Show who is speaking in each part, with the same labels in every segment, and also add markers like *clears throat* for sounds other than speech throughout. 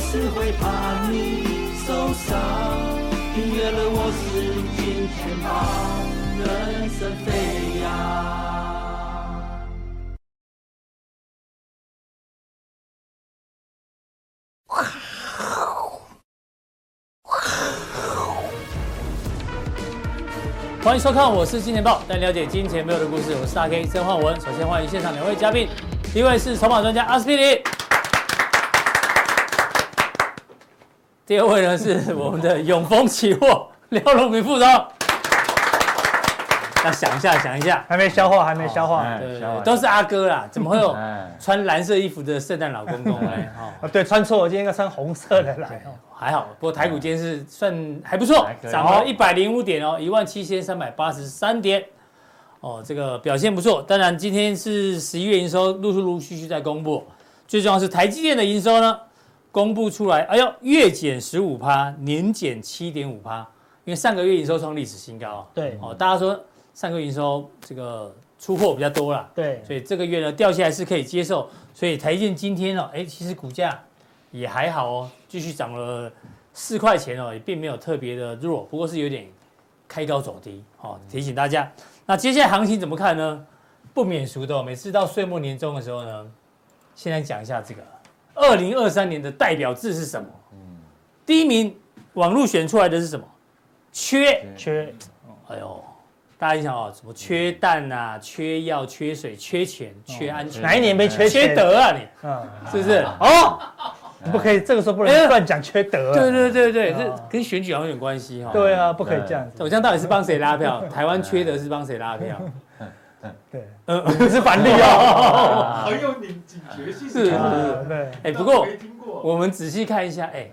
Speaker 1: 是会怕你受伤。订阅了我是金钱豹，人生飞扬。
Speaker 2: 欢迎收看，我是金钱豹，带你了解金钱背后的故事。我是大 K 曾焕文。首先欢迎现场两位嘉宾，第一位是筹码专家阿司匹林，第二位呢是我们的永丰期货廖荣明副总。要想一下，想一下，
Speaker 3: 还没消化，还没消化。
Speaker 4: 哎
Speaker 3: 啊，
Speaker 2: 对
Speaker 4: 小孩
Speaker 2: 都是阿哥啦，怎么会有
Speaker 4: *laughs* 哎，
Speaker 2: 穿蓝色衣服的圣诞老公公呢？哦，
Speaker 3: 对，穿错，我今天应该穿红色的来。哦
Speaker 2: 还好，不过台股今天是算还不错
Speaker 4: 还，可以
Speaker 2: 涨了一百零五点哦，一万七千三百八十三点，哦，这个表现不错。当然，今天是十一月营收，陆陆续续在公布，最重要是台积电的营收呢，公布出来，哎呦，月减十五趴，年减七点五趴，因为上个月营收创历史新高，
Speaker 3: 对
Speaker 2: 哦，大家说上个月营收这个出货比较多啦，
Speaker 3: 对，
Speaker 2: 所以这个月呢掉下来是可以接受。所以台积电今天哦，哎，其实股价也还好哦，继续涨了四块钱哦，也并没有特别的弱，不过是有点开高走低哦。提醒大家，那接下来行情怎么看呢？不免俗的哦、每次到岁末年终的时候呢，现在讲一下这个二零二三年的代表字是什么？第一名网络选出来的是什么？缺
Speaker 3: 缺
Speaker 2: 哎呦，大家一想哦，什么缺蛋啊、缺药、缺水、缺钱、缺安全，
Speaker 3: 哪一年被哦缺钱
Speaker 2: 缺？德啊你？
Speaker 3: 嗯，
Speaker 2: 是不是？
Speaker 3: 哦，你不可以，这个时候不能乱讲缺德。
Speaker 2: 哎哦对对对对，
Speaker 3: 啊
Speaker 2: 这跟选举好像有关系哈。哦
Speaker 3: 对啊，不可以这样
Speaker 2: 我
Speaker 3: 子。
Speaker 2: 这样到底是帮谁拉票？台湾缺德是帮谁拉票？
Speaker 3: 对，
Speaker 2: *laughs* 嗯，
Speaker 3: *laughs*
Speaker 2: 不是反例哦。
Speaker 5: 很有警警觉性，
Speaker 2: 是
Speaker 3: 啊，对，
Speaker 2: *laughs* 哎，不过
Speaker 5: 没听过，
Speaker 2: 我们仔细看一下，哎，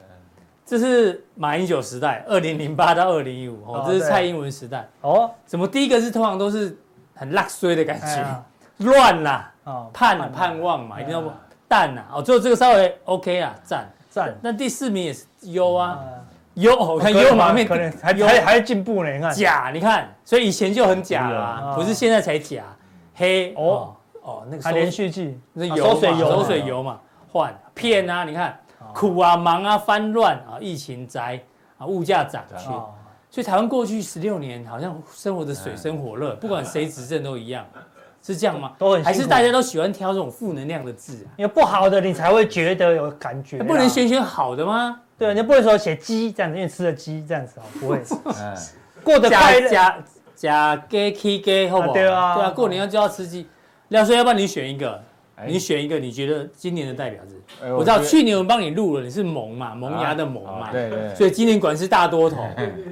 Speaker 2: 这是马英九时代，二零零八到二零一五，哦
Speaker 3: 哦，
Speaker 2: 这是
Speaker 3: 对
Speaker 2: 蔡英文时代。
Speaker 3: 哦，
Speaker 2: 怎么第一个是通常都是很辣衰的感
Speaker 3: 哎呀
Speaker 2: 觉，乱啦。
Speaker 3: 哦，
Speaker 2: 盼啊盼望嘛，一
Speaker 3: 嗯
Speaker 2: 定要淡啊。哦，最后这个稍微 OK 啊，赞。
Speaker 3: 赞
Speaker 2: 那第四名也是优啊，
Speaker 3: 啊，
Speaker 2: 优，我看
Speaker 3: 可能
Speaker 2: 优马面
Speaker 3: 可能还
Speaker 2: 优
Speaker 3: 还还进步呢，你看。
Speaker 2: 假，你看，所以以前就很假啦
Speaker 3: 啊，嗯
Speaker 2: 不是现在才假。黑哦
Speaker 3: 哦
Speaker 2: 哦，那个
Speaker 3: 还
Speaker 2: 收
Speaker 3: 连续剧，
Speaker 2: 那
Speaker 3: 啊
Speaker 2: 油
Speaker 3: 收水
Speaker 2: 嘛
Speaker 3: 油
Speaker 2: 收
Speaker 3: 嘛
Speaker 2: 水油嘛，换骗啊，你看
Speaker 3: 哦
Speaker 2: 苦啊忙啊翻乱啊，疫情灾啊，物价涨去。
Speaker 3: 哦嗯
Speaker 2: 所以台湾过去十六年好像生活的水深火热，不管谁执政都一样，是这样吗？
Speaker 3: 都很辛苦
Speaker 2: 还是大家都喜欢挑这种负能量的字啊？
Speaker 3: 因为不好的你才会觉得有感觉啦，
Speaker 2: 哎不能选选好的吗？
Speaker 3: 对，你不会说写鸡这样子，因为吃了鸡这样子哦，
Speaker 2: *laughs*
Speaker 3: 不会
Speaker 4: 哎
Speaker 3: 过得快
Speaker 2: 假
Speaker 3: 乐。
Speaker 2: 假假给 K 给好不好？
Speaker 3: 啊对啊
Speaker 2: 对啊，过年要就要吃鸡。廖叔，要不然你选一个，
Speaker 4: 哎
Speaker 2: 你选一个，你觉得今年的代表字？
Speaker 4: 哎
Speaker 2: 我知道
Speaker 4: 觉得
Speaker 2: 去年我们帮你录了，你是萌嘛，萌芽的萌嘛
Speaker 4: 啊，对对，哎
Speaker 2: 所以今年果然是大多头。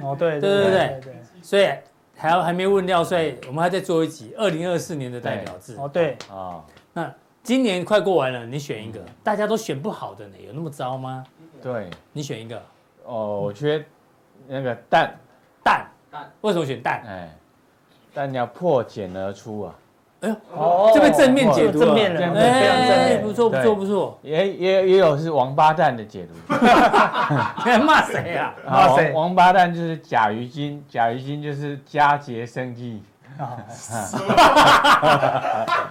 Speaker 3: 哦，对
Speaker 2: 对对
Speaker 3: 对
Speaker 2: 对所以还要还没问廖帅，我们还在做一集二零二四年的代表字。
Speaker 3: 哦对，
Speaker 4: 啊，
Speaker 2: 那今年快过完了，你选一个，大家都选不好的呢，有那么糟吗？
Speaker 4: 对，
Speaker 2: 你选一个
Speaker 4: 哦，我觉得那个蛋，
Speaker 2: 蛋
Speaker 5: 蛋，
Speaker 2: 为什么选蛋？
Speaker 4: 哎，蛋要破茧而出啊，
Speaker 2: 哎呦，
Speaker 3: 哦
Speaker 2: 这被正面解读了，
Speaker 3: 正面
Speaker 4: 这
Speaker 3: 了，
Speaker 4: 样
Speaker 3: 对非常正
Speaker 2: 哎，
Speaker 3: 面。
Speaker 2: 不错不
Speaker 4: 对
Speaker 2: 错不错，
Speaker 4: 也也也有是王八蛋的解读，
Speaker 2: *laughs* 你在骂谁啊？
Speaker 4: 啊
Speaker 3: 哇塞
Speaker 4: 王王八蛋就是甲鱼精，甲鱼精就是佳节生意，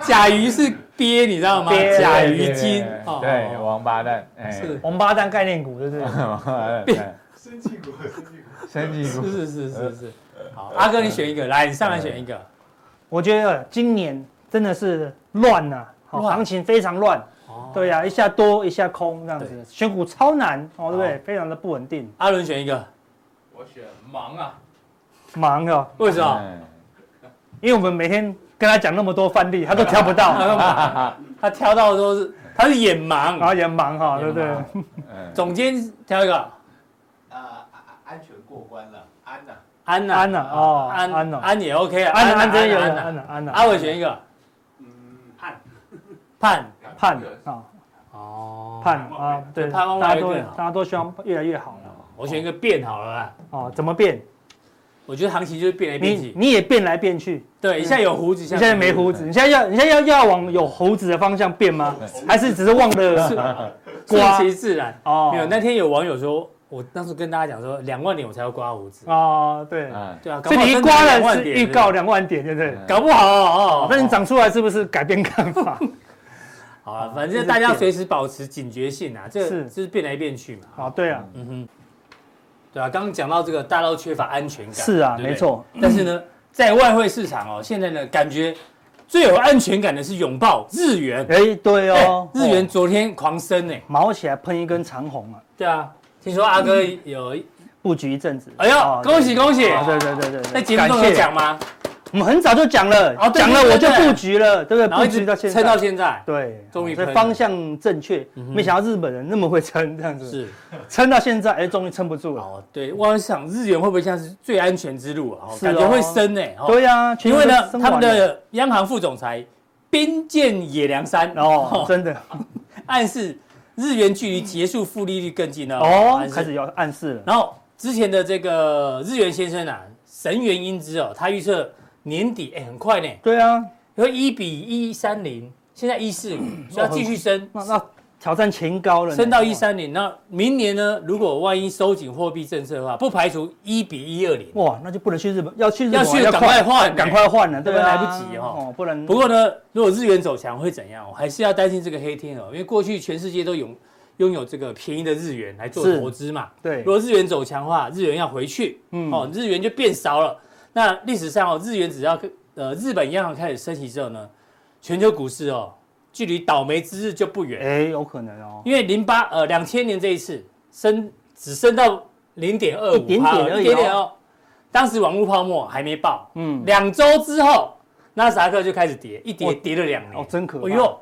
Speaker 2: 甲鱼是鳖，你知道吗？
Speaker 3: 鳖
Speaker 2: 甲
Speaker 4: 对
Speaker 2: 鱼
Speaker 4: 对对
Speaker 2: 精
Speaker 4: 啊对，
Speaker 2: 哦
Speaker 4: 对，王八蛋，哎， *laughs*
Speaker 2: 是
Speaker 3: 王八蛋概念股，对不对？
Speaker 4: 王八蛋，
Speaker 2: 变
Speaker 4: 对
Speaker 5: 生气过，生气过，
Speaker 4: 生意
Speaker 2: 是是是是是，好，阿哥你选一个，来，你上来选一个，
Speaker 3: 我觉得今年真的是乱呐、好
Speaker 2: 乱
Speaker 3: 行情非常乱。
Speaker 2: 哦，
Speaker 3: 对啊呀、一下多一下空这样
Speaker 2: 对
Speaker 3: 子，选股超难哦，对不对？非常的不稳定，
Speaker 2: 阿伦选一个，
Speaker 5: 我选忙啊，
Speaker 3: 忙哦，
Speaker 2: 为什么？
Speaker 4: 哎
Speaker 3: 因为我们每天跟他讲那么多范例，他都挑不
Speaker 2: *laughs*
Speaker 3: 到，
Speaker 2: 他挑到的都是他是眼
Speaker 3: 然后
Speaker 2: 盲，
Speaker 3: 也忙哈、对不
Speaker 2: 也
Speaker 3: 对
Speaker 2: 忙？
Speaker 4: 哎
Speaker 2: 总监挑一个，
Speaker 5: 啊啊安全过关了，安呐，
Speaker 2: 安呐
Speaker 3: 安呐、哦，安
Speaker 2: 安
Speaker 3: 安哦，
Speaker 2: 安也 OK 啊，
Speaker 3: 安安真有
Speaker 2: 安
Speaker 3: 安
Speaker 2: 呐
Speaker 3: 安安啊
Speaker 2: 阿
Speaker 3: 安
Speaker 2: 伟选一个，
Speaker 5: 嗯，盼
Speaker 2: 盼
Speaker 3: 盼啊
Speaker 2: 哦
Speaker 3: 盼啊，对，
Speaker 2: 盼望
Speaker 3: 大家
Speaker 2: 越来
Speaker 3: 都
Speaker 2: 越好
Speaker 3: 大家都希望越来越好了
Speaker 2: 我选一个变好了啦，
Speaker 3: 哦，怎么变？
Speaker 2: 我觉得行情就是变来变
Speaker 3: 你
Speaker 2: 去，
Speaker 3: 你也变来变去，
Speaker 2: 对，一下有胡子，一
Speaker 3: 你现在没胡子，你现在要你现在要要往有胡子的方向变吗？还是只是忘
Speaker 2: *laughs*
Speaker 3: 了
Speaker 2: 顺
Speaker 3: 刮
Speaker 2: 其自然。
Speaker 3: 哦？
Speaker 2: 没有，那天有网友说，我当时跟大家讲说，两万点我才要刮胡子。
Speaker 3: 哦，对，
Speaker 4: 哎
Speaker 2: 对啊，
Speaker 3: 所以你一刮
Speaker 2: 两
Speaker 3: 了
Speaker 2: 万
Speaker 3: 是
Speaker 2: 点
Speaker 3: 预告
Speaker 2: 对嗯
Speaker 3: 两万点，对不对？
Speaker 2: 不对搞不好哦
Speaker 3: 哦
Speaker 2: 哦。
Speaker 3: 那你长出来是不是改变看法？
Speaker 2: 好啊，反正大家随时保持警觉性啊，这
Speaker 3: 是
Speaker 2: 就是变来变去嘛。
Speaker 3: 啊，对啊，
Speaker 2: 嗯哼，对啊，刚刚讲到这个大到缺乏安全感，
Speaker 3: 是啊，
Speaker 2: 对不对
Speaker 3: 没。错，
Speaker 2: 但是呢，在外汇市场哦，现在呢，感觉最有安全感的是拥抱日元，
Speaker 3: 哎，对哦，
Speaker 2: 日元
Speaker 3: 哦
Speaker 2: 昨天狂升呢。
Speaker 3: 毛起来喷一根长红啊，
Speaker 2: 对啊，听说阿哥有，
Speaker 3: 布局一阵子。
Speaker 2: 哎呦，
Speaker 3: 哦
Speaker 2: 恭喜恭喜！
Speaker 3: 对对对对对对，
Speaker 2: 在节目中有
Speaker 3: 感谢
Speaker 2: 讲吗？
Speaker 3: 我们很早就讲了
Speaker 2: 哦，对
Speaker 3: 讲了
Speaker 2: 对对
Speaker 3: 我就
Speaker 2: 对
Speaker 3: 布局了，对不对？
Speaker 2: 然后
Speaker 3: 布
Speaker 2: 一直
Speaker 3: 局到现
Speaker 2: 撑到
Speaker 3: 在，
Speaker 2: 现在，
Speaker 3: 对，
Speaker 2: 终于喷
Speaker 3: 所以
Speaker 2: 了嗯
Speaker 3: 方向正确。
Speaker 2: 哼
Speaker 3: 没想到日本人那么会撑，这样子
Speaker 2: 是
Speaker 3: 撑到现在，哎，终于撑不住了。
Speaker 2: 哦，对，我想日元会不会像是最安全之路啊？哦
Speaker 3: 是哦
Speaker 2: 感觉会升呢。哦
Speaker 3: 对呀，全
Speaker 2: 因为
Speaker 3: 部都
Speaker 2: 呢，
Speaker 3: 升
Speaker 2: 他们
Speaker 3: 完了
Speaker 2: 的央行副总裁边见野良山
Speaker 3: 哦，真的
Speaker 2: 暗示日元距离结束负利率更近了。
Speaker 3: 哦
Speaker 2: 暗，示
Speaker 3: 开始有暗示了。
Speaker 2: 然后之前的这个日元先生啊，神原英之哦，他预测年底哎、很快呢，
Speaker 3: 对啊，
Speaker 2: 会一比一三零，现在一四
Speaker 3: *coughs*
Speaker 2: 五，所以要继续升，
Speaker 3: 那那挑战前高了呢，
Speaker 2: 升到一
Speaker 3: 哇
Speaker 2: 三零。那明年呢，如果万一收紧货币政策的话，不排除一比一二零。
Speaker 3: 哇，那就不能去日本，要去日本
Speaker 2: 要去赶快换
Speaker 3: 赶快换了，对不对？
Speaker 2: 对啊
Speaker 3: 来不及哦，不能。
Speaker 2: 不过呢，如果日元走强会怎样？我还是要担心这个黑天鹅，因为过去全世界都拥拥有这个便宜的日元来做
Speaker 3: 是
Speaker 2: 投资嘛。
Speaker 3: 对
Speaker 2: 如，果日元走强的话，日元要回去，
Speaker 3: 嗯
Speaker 2: 哦，日元就变少了。那历史上哦，日元只要呃日本央行开始升息之后呢，全球股市哦距离倒霉之日就不远，
Speaker 3: 哎，有可能哦，
Speaker 2: 因为零八呃两千年这一次升只升到零点二五，
Speaker 3: 一点点而已哦
Speaker 2: 一点点哦。当时网络泡沫还没爆，
Speaker 3: 嗯，
Speaker 2: 两周之后，纳斯达克就开始跌，一跌
Speaker 3: 哦
Speaker 2: 跌了两年，
Speaker 3: 哦，真可怕。
Speaker 2: 哎呦，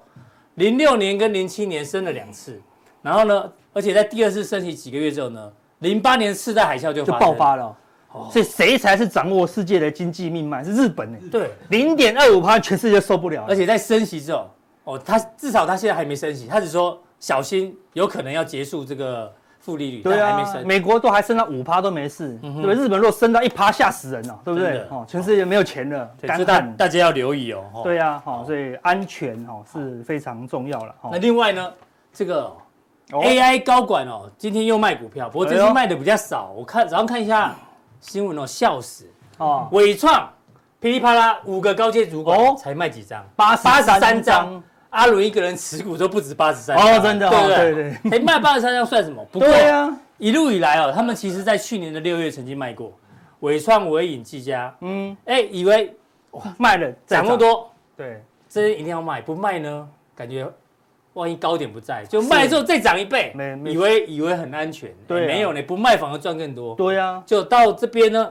Speaker 2: 零六年跟零七年升了两次，然后呢，而且在第二次升息几个月之后呢，零八年次贷海啸就
Speaker 3: 就
Speaker 2: 发
Speaker 3: 爆
Speaker 2: 生
Speaker 3: 发了哦。所以谁才是掌握世界的经济命脉？是日本呢，
Speaker 2: 对，
Speaker 3: 零点二五趴，全世界受不了了。
Speaker 2: 而且在升息之后，哦，他至少他现在还没升息，他只说小心，有可能要结束这个负利率，
Speaker 3: 对
Speaker 2: 但还
Speaker 3: 啊
Speaker 2: 没，升。嗯
Speaker 3: 美国都还升到五趴都没事，对不对？日本若升到一趴，吓死人了，对不
Speaker 2: 真
Speaker 3: 对？
Speaker 2: 的
Speaker 3: 哦，全世界没有钱了，
Speaker 2: 对，
Speaker 3: 干
Speaker 2: 所以大
Speaker 3: 旱。
Speaker 2: 大家要留意哦。哦
Speaker 3: 对啊，好，所以安全哦是非常重要了。哦
Speaker 2: 那另外呢，这个哦
Speaker 3: 哦
Speaker 2: AI 高管哦，今天又卖股票，不过这
Speaker 3: 哎
Speaker 2: 次
Speaker 3: 呦
Speaker 2: 卖的比较少。我看早上看一下新闻哦，笑死，
Speaker 3: 哦，
Speaker 2: 伟创噼里啪啦五个高阶主
Speaker 3: 哦
Speaker 2: 管才卖几张，
Speaker 3: 八
Speaker 2: 83张，阿伦一个人持股都不止八十三
Speaker 3: 哦，真的
Speaker 2: 对
Speaker 3: 哦，
Speaker 2: 不
Speaker 3: 对
Speaker 2: 对？*laughs*
Speaker 3: 对
Speaker 2: 哎，卖八十三张算什么？不过
Speaker 3: 对啊，
Speaker 2: 一路以来哦，他们其实在去年的六月曾经卖过伟创、伟影、技嘉，
Speaker 3: 嗯，
Speaker 2: 哎，以为
Speaker 3: 卖了再
Speaker 2: 涨那么多，
Speaker 3: 对，
Speaker 2: 这些一定要卖，不卖呢，感觉万一高点不在，就卖了之后再涨一倍
Speaker 3: 没，没
Speaker 2: 以为以为很安全，
Speaker 3: 对啊
Speaker 2: 哎没有呢，不卖反而赚更多。
Speaker 3: 对啊呀、
Speaker 2: 就到这边呢，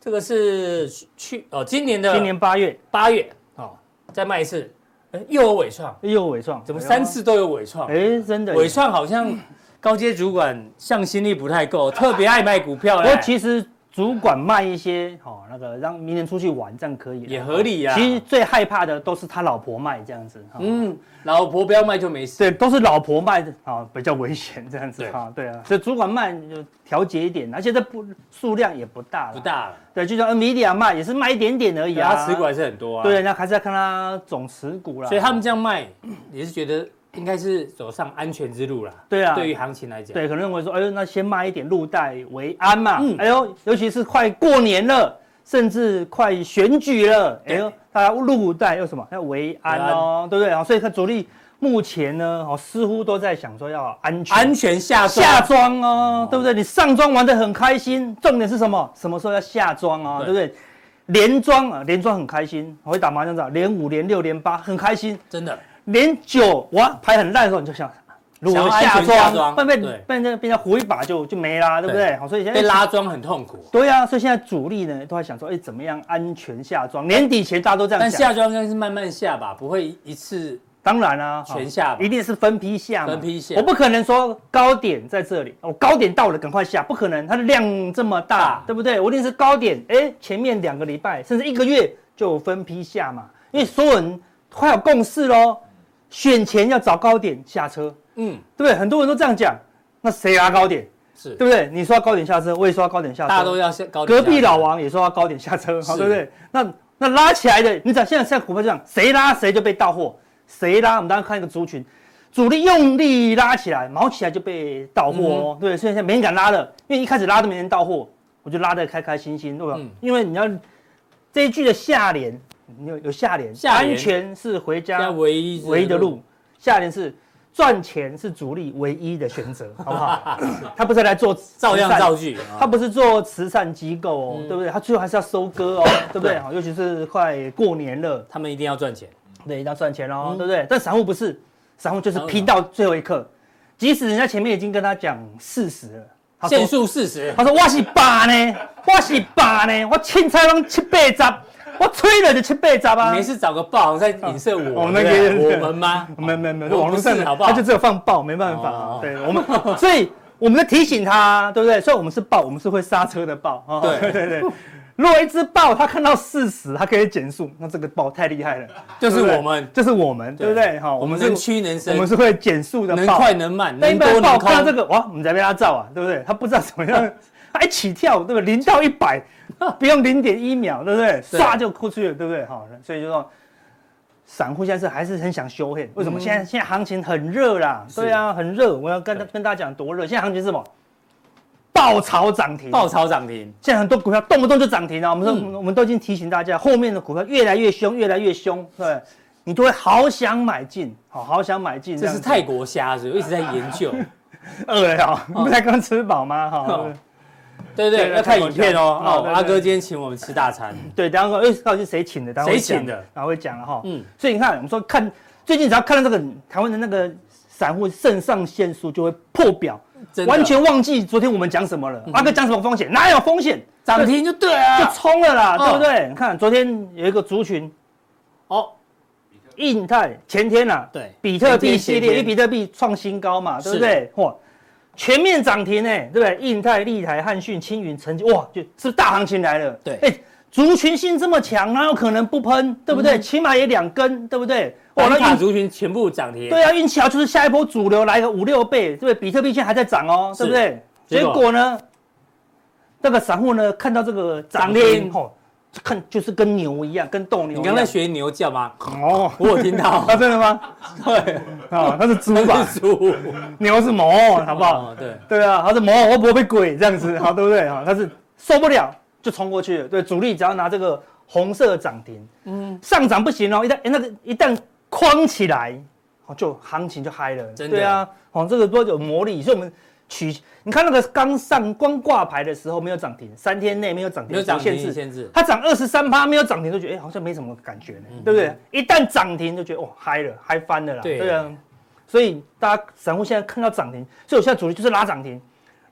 Speaker 2: 这个是去哦，今年的
Speaker 3: 今年八月
Speaker 2: 八月哦，再卖一次，哎又有伟创，
Speaker 3: 又有伟创，
Speaker 2: 怎么三次都有伟创
Speaker 3: 哎？呦？哎，真的耶。
Speaker 2: 伟创好像高阶主管向心力不太
Speaker 3: *laughs*
Speaker 2: 够，特别爱卖股票
Speaker 3: 不
Speaker 2: 嘞
Speaker 3: 过其实主管卖一些，哦，那个让明年出去玩，这样可以啦，
Speaker 2: 也合理呀。
Speaker 3: 其实最害怕的都是他老婆卖这样子，哈、
Speaker 2: 嗯，老婆不要卖就没事。
Speaker 3: 对，都是老婆卖的啊、比较危险这样子
Speaker 2: 对
Speaker 3: 哈、对啊，所以主管卖就调节一点，而且这不数量也不大啦
Speaker 2: 不，大了，
Speaker 3: 对，就像 NVIDIA 卖也是卖一点点而已啊，
Speaker 2: 他持股还是很多啊。
Speaker 3: 对，那还是要看他总持股啦，
Speaker 2: 所以他们这样卖也是觉得应该是走上安全之路啦。
Speaker 3: 对啊
Speaker 2: 对于行情来讲，
Speaker 3: 对，可能认为说，哎呦，那先卖一点入袋为安嘛。
Speaker 2: 嗯
Speaker 3: 哎呦，尤其是快过年了，甚至快选举了，哎呦，大家入袋要什么？要为安哦，对不对？啊，所以它主力目前呢，哦，似乎都在想说要安全。
Speaker 2: 安全下手
Speaker 3: 下庄
Speaker 2: 啊
Speaker 3: 哦，对不对？你上庄玩的很开心，重点是什么？什么时候要下庄哦，
Speaker 2: 对
Speaker 3: 对不对？连庄啊，连庄很开心，我会打麻将的，连五、连六、连八很开心，
Speaker 2: 真的
Speaker 3: 连九哇牌很烂的时候，你就想，如
Speaker 2: 想
Speaker 3: 果
Speaker 2: 要
Speaker 3: 下
Speaker 2: 安全下
Speaker 3: 庄，
Speaker 2: 庄
Speaker 3: 被被
Speaker 2: 对
Speaker 3: 被那变成胡一把就就没啦，对不对？
Speaker 2: 对
Speaker 3: 好，所以现在
Speaker 2: 被。拉庄很痛苦，
Speaker 3: 对啊，所以现在主力呢都在想说，哎，怎么样安全下庄？年底前大家都这样
Speaker 2: 但
Speaker 3: 想。
Speaker 2: 下庄应该是慢慢下吧，不会一次
Speaker 3: 当然啦、好
Speaker 2: 全下吧
Speaker 3: 一定是分批下嘛，
Speaker 2: 分批下
Speaker 3: 我不可能说高点在这里，我高点到了赶快下，不可能，它的量这么大，
Speaker 2: 大
Speaker 3: 对不对？我一定是高点，哎，前面两个礼拜甚至一个月就分批下嘛，因为所有人快有共识喽，选前要找高点下车，
Speaker 2: 嗯
Speaker 3: 对不对？很多人都这样讲，那谁拉高点？
Speaker 2: 是
Speaker 3: 对不对？你说要高点下车，我也说要高点下车，
Speaker 2: 大家都要下高点
Speaker 3: 隔
Speaker 2: 下
Speaker 3: 壁
Speaker 2: 庄
Speaker 3: 老王也说要高点下车，
Speaker 2: 是
Speaker 3: 对不对？那那拉起来的，你讲现在现在股票就这样，谁拉谁就被到货，谁拉我们当时看一个族群，主力用力拉起来，毛起来就被到货
Speaker 2: 嗯
Speaker 3: 哦，对，所以现在没人敢拉了，因为一开始拉都没人到货，我就拉得开开心心，对吧？
Speaker 2: 嗯
Speaker 3: 因为你要这一句的下联，你有有下联，
Speaker 2: 下联
Speaker 3: 安全是回
Speaker 2: 现
Speaker 3: 家
Speaker 2: 在唯一
Speaker 3: 唯一的路。下联是赚钱是主力唯一的选择，好不
Speaker 2: *laughs*
Speaker 3: 好？他不是来做
Speaker 2: 照样
Speaker 3: 慈善
Speaker 2: 造句，啊
Speaker 3: 他不是做慈善机构哦，
Speaker 2: 嗯
Speaker 3: 对不对？他最后还是要收 *coughs* 割哦，对不对？
Speaker 2: 对
Speaker 3: 好，尤其是快过年了，
Speaker 2: 他们一定要赚钱，
Speaker 3: 对，要赚钱哦，
Speaker 2: 嗯
Speaker 3: 对不对？但散户不是，散户就是
Speaker 2: 当然
Speaker 3: 拼到最后一刻，即使人家前面已经跟他讲事实了，他
Speaker 2: 限
Speaker 3: 说
Speaker 2: 速四十，
Speaker 3: 他说我是爸呢，我是爸呢，我青菜拢七八十，我吹了就七八十啊
Speaker 2: 没。事找个报行在影射我，
Speaker 3: 哦那个
Speaker 2: 对不对
Speaker 3: 对
Speaker 2: 我们吗？
Speaker 3: 啊没有没有没有，
Speaker 2: 我
Speaker 3: 网
Speaker 2: 不
Speaker 3: 络
Speaker 2: 是
Speaker 3: 上的
Speaker 2: 好不好
Speaker 3: 他就只有放爆，没办法。
Speaker 2: 哦
Speaker 3: 对我们，所以我们在提醒他，对不对？所以我们是爆，我们是会刹车的爆。哦
Speaker 2: 对
Speaker 3: *laughs* 对对。如果一只豹它看到四十，它可以减速，那这个豹太厉害了，
Speaker 2: 就是
Speaker 3: 对不对
Speaker 2: 我们，
Speaker 3: 就是我们，对不对？哈，
Speaker 2: 我
Speaker 3: 我
Speaker 2: 们
Speaker 3: 们
Speaker 2: 能
Speaker 3: 是，
Speaker 2: 屈能
Speaker 3: 我
Speaker 2: 伸，
Speaker 3: 们是会减速的
Speaker 2: 能
Speaker 3: 豹。
Speaker 2: 快能慢，
Speaker 3: 但
Speaker 2: 能
Speaker 3: 一般
Speaker 2: 多
Speaker 3: 豹
Speaker 2: 能
Speaker 3: 看到这
Speaker 2: 空，
Speaker 3: 个，哇，我们在被它照啊，对不对？它不知道怎么
Speaker 2: *laughs*
Speaker 3: 样，它一起跳，对不对？零到一百，不用零点一秒，对不对？
Speaker 2: 对
Speaker 3: 唰就过去了，对不对？好，所以就说，散户现在是还是很想修黑，为什么？
Speaker 2: 嗯
Speaker 3: 现在现在行情很热啦，
Speaker 2: 是
Speaker 3: 对啊，很热。我要跟
Speaker 2: 对
Speaker 3: 跟大家讲多热，现在行情是什么？爆炒涨停，
Speaker 2: 爆炒涨停，
Speaker 3: 现在很多股票动不动就涨停啊了，我们说、
Speaker 2: 嗯
Speaker 3: 我们都已经提醒大家，后面的股票越来越凶，越来越凶，对，你都会好想买进，好好想买进，
Speaker 2: 这是
Speaker 3: 样子
Speaker 2: 泰国虾子，我一直在
Speaker 3: *laughs*
Speaker 2: 研究，
Speaker 3: 饿了哦，
Speaker 2: 哦
Speaker 3: 不才刚吃饱吗？哈
Speaker 2: 哦，对不
Speaker 3: 对
Speaker 2: 对？要看
Speaker 3: 泰国
Speaker 2: 影片哦。
Speaker 3: 虾哦
Speaker 2: 哦，
Speaker 3: 对
Speaker 2: 阿
Speaker 3: 对
Speaker 2: 哥今天请我们吃大
Speaker 3: *laughs*
Speaker 2: 餐，
Speaker 3: 对，等一下说，哎，到底是谁请的？等一下会讲
Speaker 2: 谁请的？
Speaker 3: 然后会讲了哈。
Speaker 2: 嗯，
Speaker 3: 所以你看，我们说看最近只要看到这个台湾的那个散户肾上腺素就会破表，
Speaker 2: 真的嗯
Speaker 3: 完全忘记昨天我们讲什么了。阿哥讲什么风险？哪有风险？
Speaker 2: 涨停就对
Speaker 3: 就
Speaker 2: 啊。
Speaker 3: 冲了啦，
Speaker 2: 哦
Speaker 3: 对不对？你看昨天有一个族群
Speaker 2: 哦，
Speaker 3: 印泰，前天啊，
Speaker 2: 对，
Speaker 3: 比特币系
Speaker 2: 前天
Speaker 3: 列，因为
Speaker 2: 前天
Speaker 3: 比特币创新高嘛，对不
Speaker 2: 是
Speaker 3: 对？哇，全面涨停哎、对不对？印泰、立台、汉讯、青云、成就，哇，就是大行情来了。
Speaker 2: 对
Speaker 3: 哎、族群性这么强，哪有可能不喷？对不
Speaker 2: 嗯
Speaker 3: 对？起码也两根，对不对？哇，
Speaker 2: 板
Speaker 3: 那
Speaker 2: 卡
Speaker 3: 运
Speaker 2: 族群全部涨停，
Speaker 3: 对啊，运气好就是下一波主流来个五六倍，对不对？比特币现在还在涨哦，
Speaker 2: 是
Speaker 3: 对不对？结
Speaker 2: 结果
Speaker 3: 果呢，那个散户呢看到这个涨
Speaker 2: 涨
Speaker 3: 停
Speaker 2: 停
Speaker 3: 哦，看就是跟牛一样，跟斗牛一样。
Speaker 2: 你刚才学牛叫吗？
Speaker 3: 哦，
Speaker 2: 我有听
Speaker 3: *laughs*
Speaker 2: 到，
Speaker 3: 啊，真的吗？
Speaker 2: 对，
Speaker 3: 啊，那是
Speaker 2: *laughs*
Speaker 3: 猪
Speaker 2: 那
Speaker 3: 吧？
Speaker 2: 是猪，
Speaker 3: 牛是毛，好不好？
Speaker 2: 哦？对，
Speaker 3: 对啊，他是魔，我不会被鬼这样
Speaker 2: *laughs*
Speaker 3: 子，好对不对？哈，但是受不了就冲过去了。对，主力只要拿这个红色涨停，嗯，上涨不行哦，一旦、诶那个一旦框起来，哦，就行情就嗨了。
Speaker 2: 真的
Speaker 3: 对啊，哦，这个多有魔力，所以我们取，你看那个刚上光挂牌的时候没有涨停，三天内没有涨停，
Speaker 2: 没有涨
Speaker 3: 限
Speaker 2: 停
Speaker 3: 制。
Speaker 2: 限制，
Speaker 3: 它涨二十三趴没有涨停，就觉得哎、诶好像没什么感觉呢，对不对？一旦涨停就觉得哦嗨了，嗨翻了啦，
Speaker 2: 嗯对
Speaker 3: 对啊。所以大家散户现在看到涨停，所以我现在主力就是拉涨停，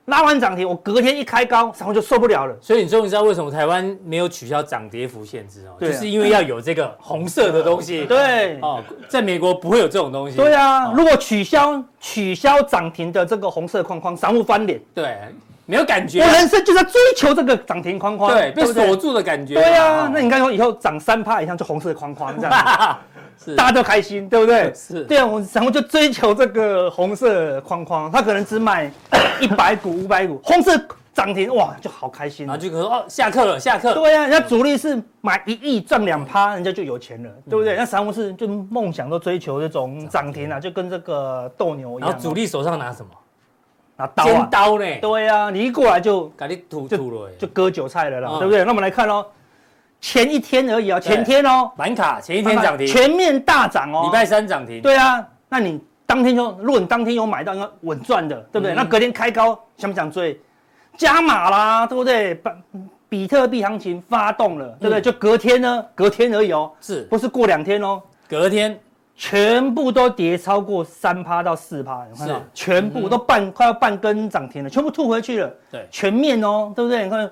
Speaker 3: 拉完涨停，我隔天一开高，散户就受不了了。
Speaker 2: 所以你终于知道为什么台湾没有取消涨跌幅限制哦，
Speaker 3: 对
Speaker 2: 就
Speaker 3: 啊
Speaker 2: 是因为要有这个红色的东西。
Speaker 3: 对，
Speaker 2: 哦，在美国不会有这种东西。
Speaker 3: 对啊
Speaker 2: 哦，
Speaker 3: 如果取消取消涨停的这个红色框框，散户翻脸。
Speaker 2: 对，没有感觉
Speaker 3: 我，人生就是要追求这个涨停框框，
Speaker 2: 对，被
Speaker 3: 不对
Speaker 2: 锁。住的感觉。
Speaker 3: 对啊
Speaker 2: 哦，
Speaker 3: 那你看说以后涨三趴以上就红色框框这样
Speaker 2: *laughs*
Speaker 3: 子，
Speaker 2: 是
Speaker 3: 大家都开心，对不对？
Speaker 2: 是
Speaker 3: 对啊，我然后就追求这个红色框框，他可能只
Speaker 2: *coughs*
Speaker 3: 买一百股、五百股，红色涨停哇，就好开心
Speaker 2: 然。后就可嗯说哦，下课了，下课。
Speaker 3: 对啊，人家主力是买一亿赚两趴，人家就有钱了，
Speaker 2: 嗯
Speaker 3: 对不对？那散户是就梦想都追求这种涨停啊，就跟这个斗牛
Speaker 2: 然
Speaker 3: 一样
Speaker 2: 后
Speaker 3: 啊。
Speaker 2: 主力手上拿什么？
Speaker 3: 拿刀
Speaker 2: 尖
Speaker 3: 啊，
Speaker 2: 刀呢？
Speaker 3: 对啊，你一过来就
Speaker 2: 给你吐吐了耶。
Speaker 3: 就割韭菜了啦，
Speaker 2: 嗯
Speaker 3: 对不对？那我们来看哦，前一天而已哦，
Speaker 2: 对
Speaker 3: 前天哦，
Speaker 2: 板卡前一天涨停，
Speaker 3: 全面大涨哦，
Speaker 2: 礼拜三涨停，
Speaker 3: 对啊，那你当天就，如果你当天有买到，应该稳赚的，对不对？
Speaker 2: 嗯
Speaker 3: 那隔天开高，想不想追？加码啦，对不对？把比特币行情发动了，对不对？
Speaker 2: 嗯
Speaker 3: 就隔天呢，隔天而已哦，
Speaker 2: 是
Speaker 3: 不是过两天哦，
Speaker 2: 隔天
Speaker 3: 全部都跌超过三趴到四趴，有看到
Speaker 2: 是？嗯
Speaker 3: 全部都半、快要半根涨停了，全部吐回去了，
Speaker 2: 对
Speaker 3: 全面哦，对不对？你看，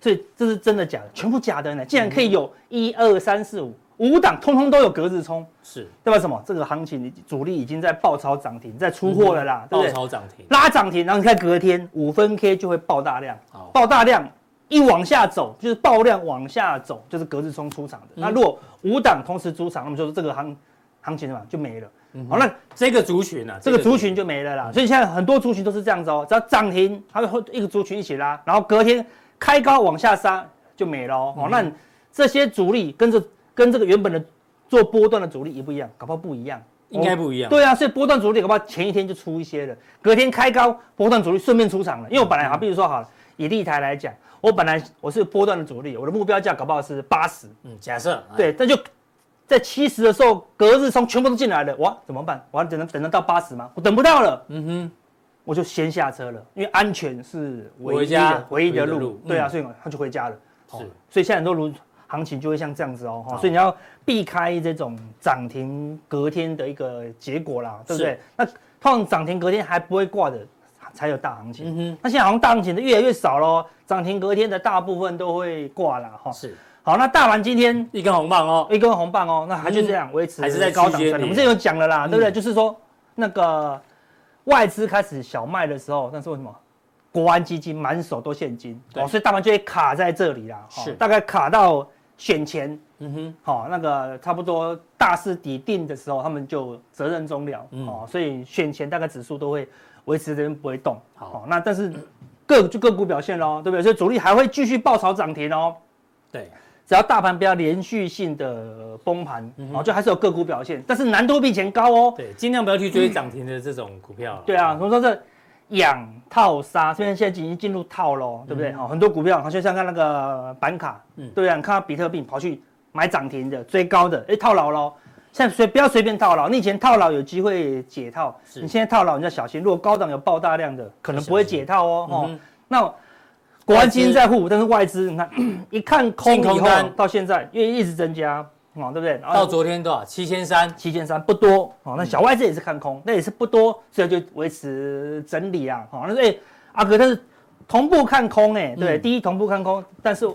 Speaker 3: 这这是真的假的？全部假的呢，竟然可以
Speaker 2: 嗯
Speaker 3: 有一二三四五五档，通通都有隔日冲。
Speaker 2: 是
Speaker 3: 代表什么？这个行情主力已经在爆炒涨停，在出货了啦，
Speaker 2: 嗯爆
Speaker 3: 对不对？
Speaker 2: 炒涨停，
Speaker 3: 拉涨停，然后你看隔天五分 K 就会爆大量
Speaker 2: 好，
Speaker 3: 爆大量一往下走就是爆量往下走，就是隔日冲出场的。
Speaker 2: 嗯
Speaker 3: 那如果五档同时出场，那么就是这个行行情什么就没了。好，那
Speaker 2: 嗯这个族群嗯啊，
Speaker 3: 这个族群就没了啦。所以现在很多族群都是这样子哦，只要涨停，它会一个族群一起拉，然后隔天开高往下杀就没
Speaker 2: 嗯
Speaker 3: 了哦。哦那你这些主力跟着跟这个原本的做波段的主力也不一样，搞不好不一样。
Speaker 2: 应该不一样。
Speaker 3: 对啊，所以波段主力搞不好前一天就出一些了，隔天开高，波段主力顺便出场了。因为我本来啊好，比如说好了，以立台来讲，我本来我是波段的主力，我的目标价搞不好是八十，
Speaker 2: 嗯，假设
Speaker 3: 对，那就在七十的时候，隔日冲全部都进来了，哇，怎么办？我要等到等得到八十吗？我等不到了，
Speaker 2: 嗯哼，
Speaker 3: 我就先下车了，因为安全是唯
Speaker 2: 回
Speaker 3: 一
Speaker 2: 家
Speaker 3: 的唯
Speaker 2: 唯一
Speaker 3: 一的
Speaker 2: 的
Speaker 3: 路
Speaker 2: 路。
Speaker 3: 对啊，
Speaker 2: 嗯
Speaker 3: 所以他就回家了。
Speaker 2: 是
Speaker 3: 哦所以现在很多如行情就会像这样子哦，哈
Speaker 2: 好
Speaker 3: 所以你要避开这种涨停隔天的一个结果啦，对不对
Speaker 2: 是？
Speaker 3: 那通常涨停隔天还不会挂的，才有大行情。
Speaker 2: 嗯哼，
Speaker 3: 那现在好像大行情的越来越少喽，涨停隔天的大部分都会挂啦，哈。
Speaker 2: 是
Speaker 3: 好，那大盘今天
Speaker 2: 一根红棒哦，
Speaker 3: 一根红棒哦，那还就这样维
Speaker 2: 嗯
Speaker 3: 持
Speaker 2: 还是在
Speaker 3: 高档
Speaker 2: 区间
Speaker 3: 整
Speaker 2: 里
Speaker 3: 理。我们之前有讲了啦，
Speaker 2: 嗯
Speaker 3: 对不对？就是说那个外资开始小卖的时候，那是为什么？国安基金满手都现金，
Speaker 2: 对
Speaker 3: 哦，所以大盘就会卡在这里啦，哦
Speaker 2: 是
Speaker 3: 大概卡到选前，
Speaker 2: 嗯哼，
Speaker 3: 好、那个差不多大势底定的时候，他们就责任终了，
Speaker 2: 嗯
Speaker 3: 哦，所以选前大概指数都会维持这边不会动，
Speaker 2: 好
Speaker 3: 哦，那但是个就个股表现喽，对不对？所以主力还会继续爆炒涨停哦，
Speaker 2: 对，
Speaker 3: 只要大盘不要连续性的崩盘，
Speaker 2: 嗯哼
Speaker 3: 哦，就还是有个股表现，但是难度比以前高哦。
Speaker 2: 对，尽量不要去追涨停的这种股票了。
Speaker 3: 对啊，所以说这养套杀，虽然现在已经进入套喽，对不对？
Speaker 2: 嗯
Speaker 3: 好、很多股票，好像像看那个板卡，
Speaker 2: 嗯
Speaker 3: 对啊，你看到比特币跑去买涨停的、追高的，哎，套牢喽。现在随不要随便套牢，你以前套牢有机会解套，
Speaker 2: 是
Speaker 3: 你现在套牢你要小心。如果高档有爆大量的，可能不会解套哦。哦
Speaker 2: 嗯哼，
Speaker 3: 那国安基金在护，但是外资你看 *clears throat* 一看空
Speaker 2: 净空
Speaker 3: 以后
Speaker 2: 单
Speaker 3: 到现在，因为一直增加，哦，对不对？然后
Speaker 2: 到昨天多少？七千三，
Speaker 3: 七千三不多
Speaker 2: 嗯
Speaker 3: 哦，那小外资也是看空，那也是不多，所以就维持整理啊。哦，那所以阿哥他是同步看空哎、对，
Speaker 2: 嗯
Speaker 3: 第一同步看空，但是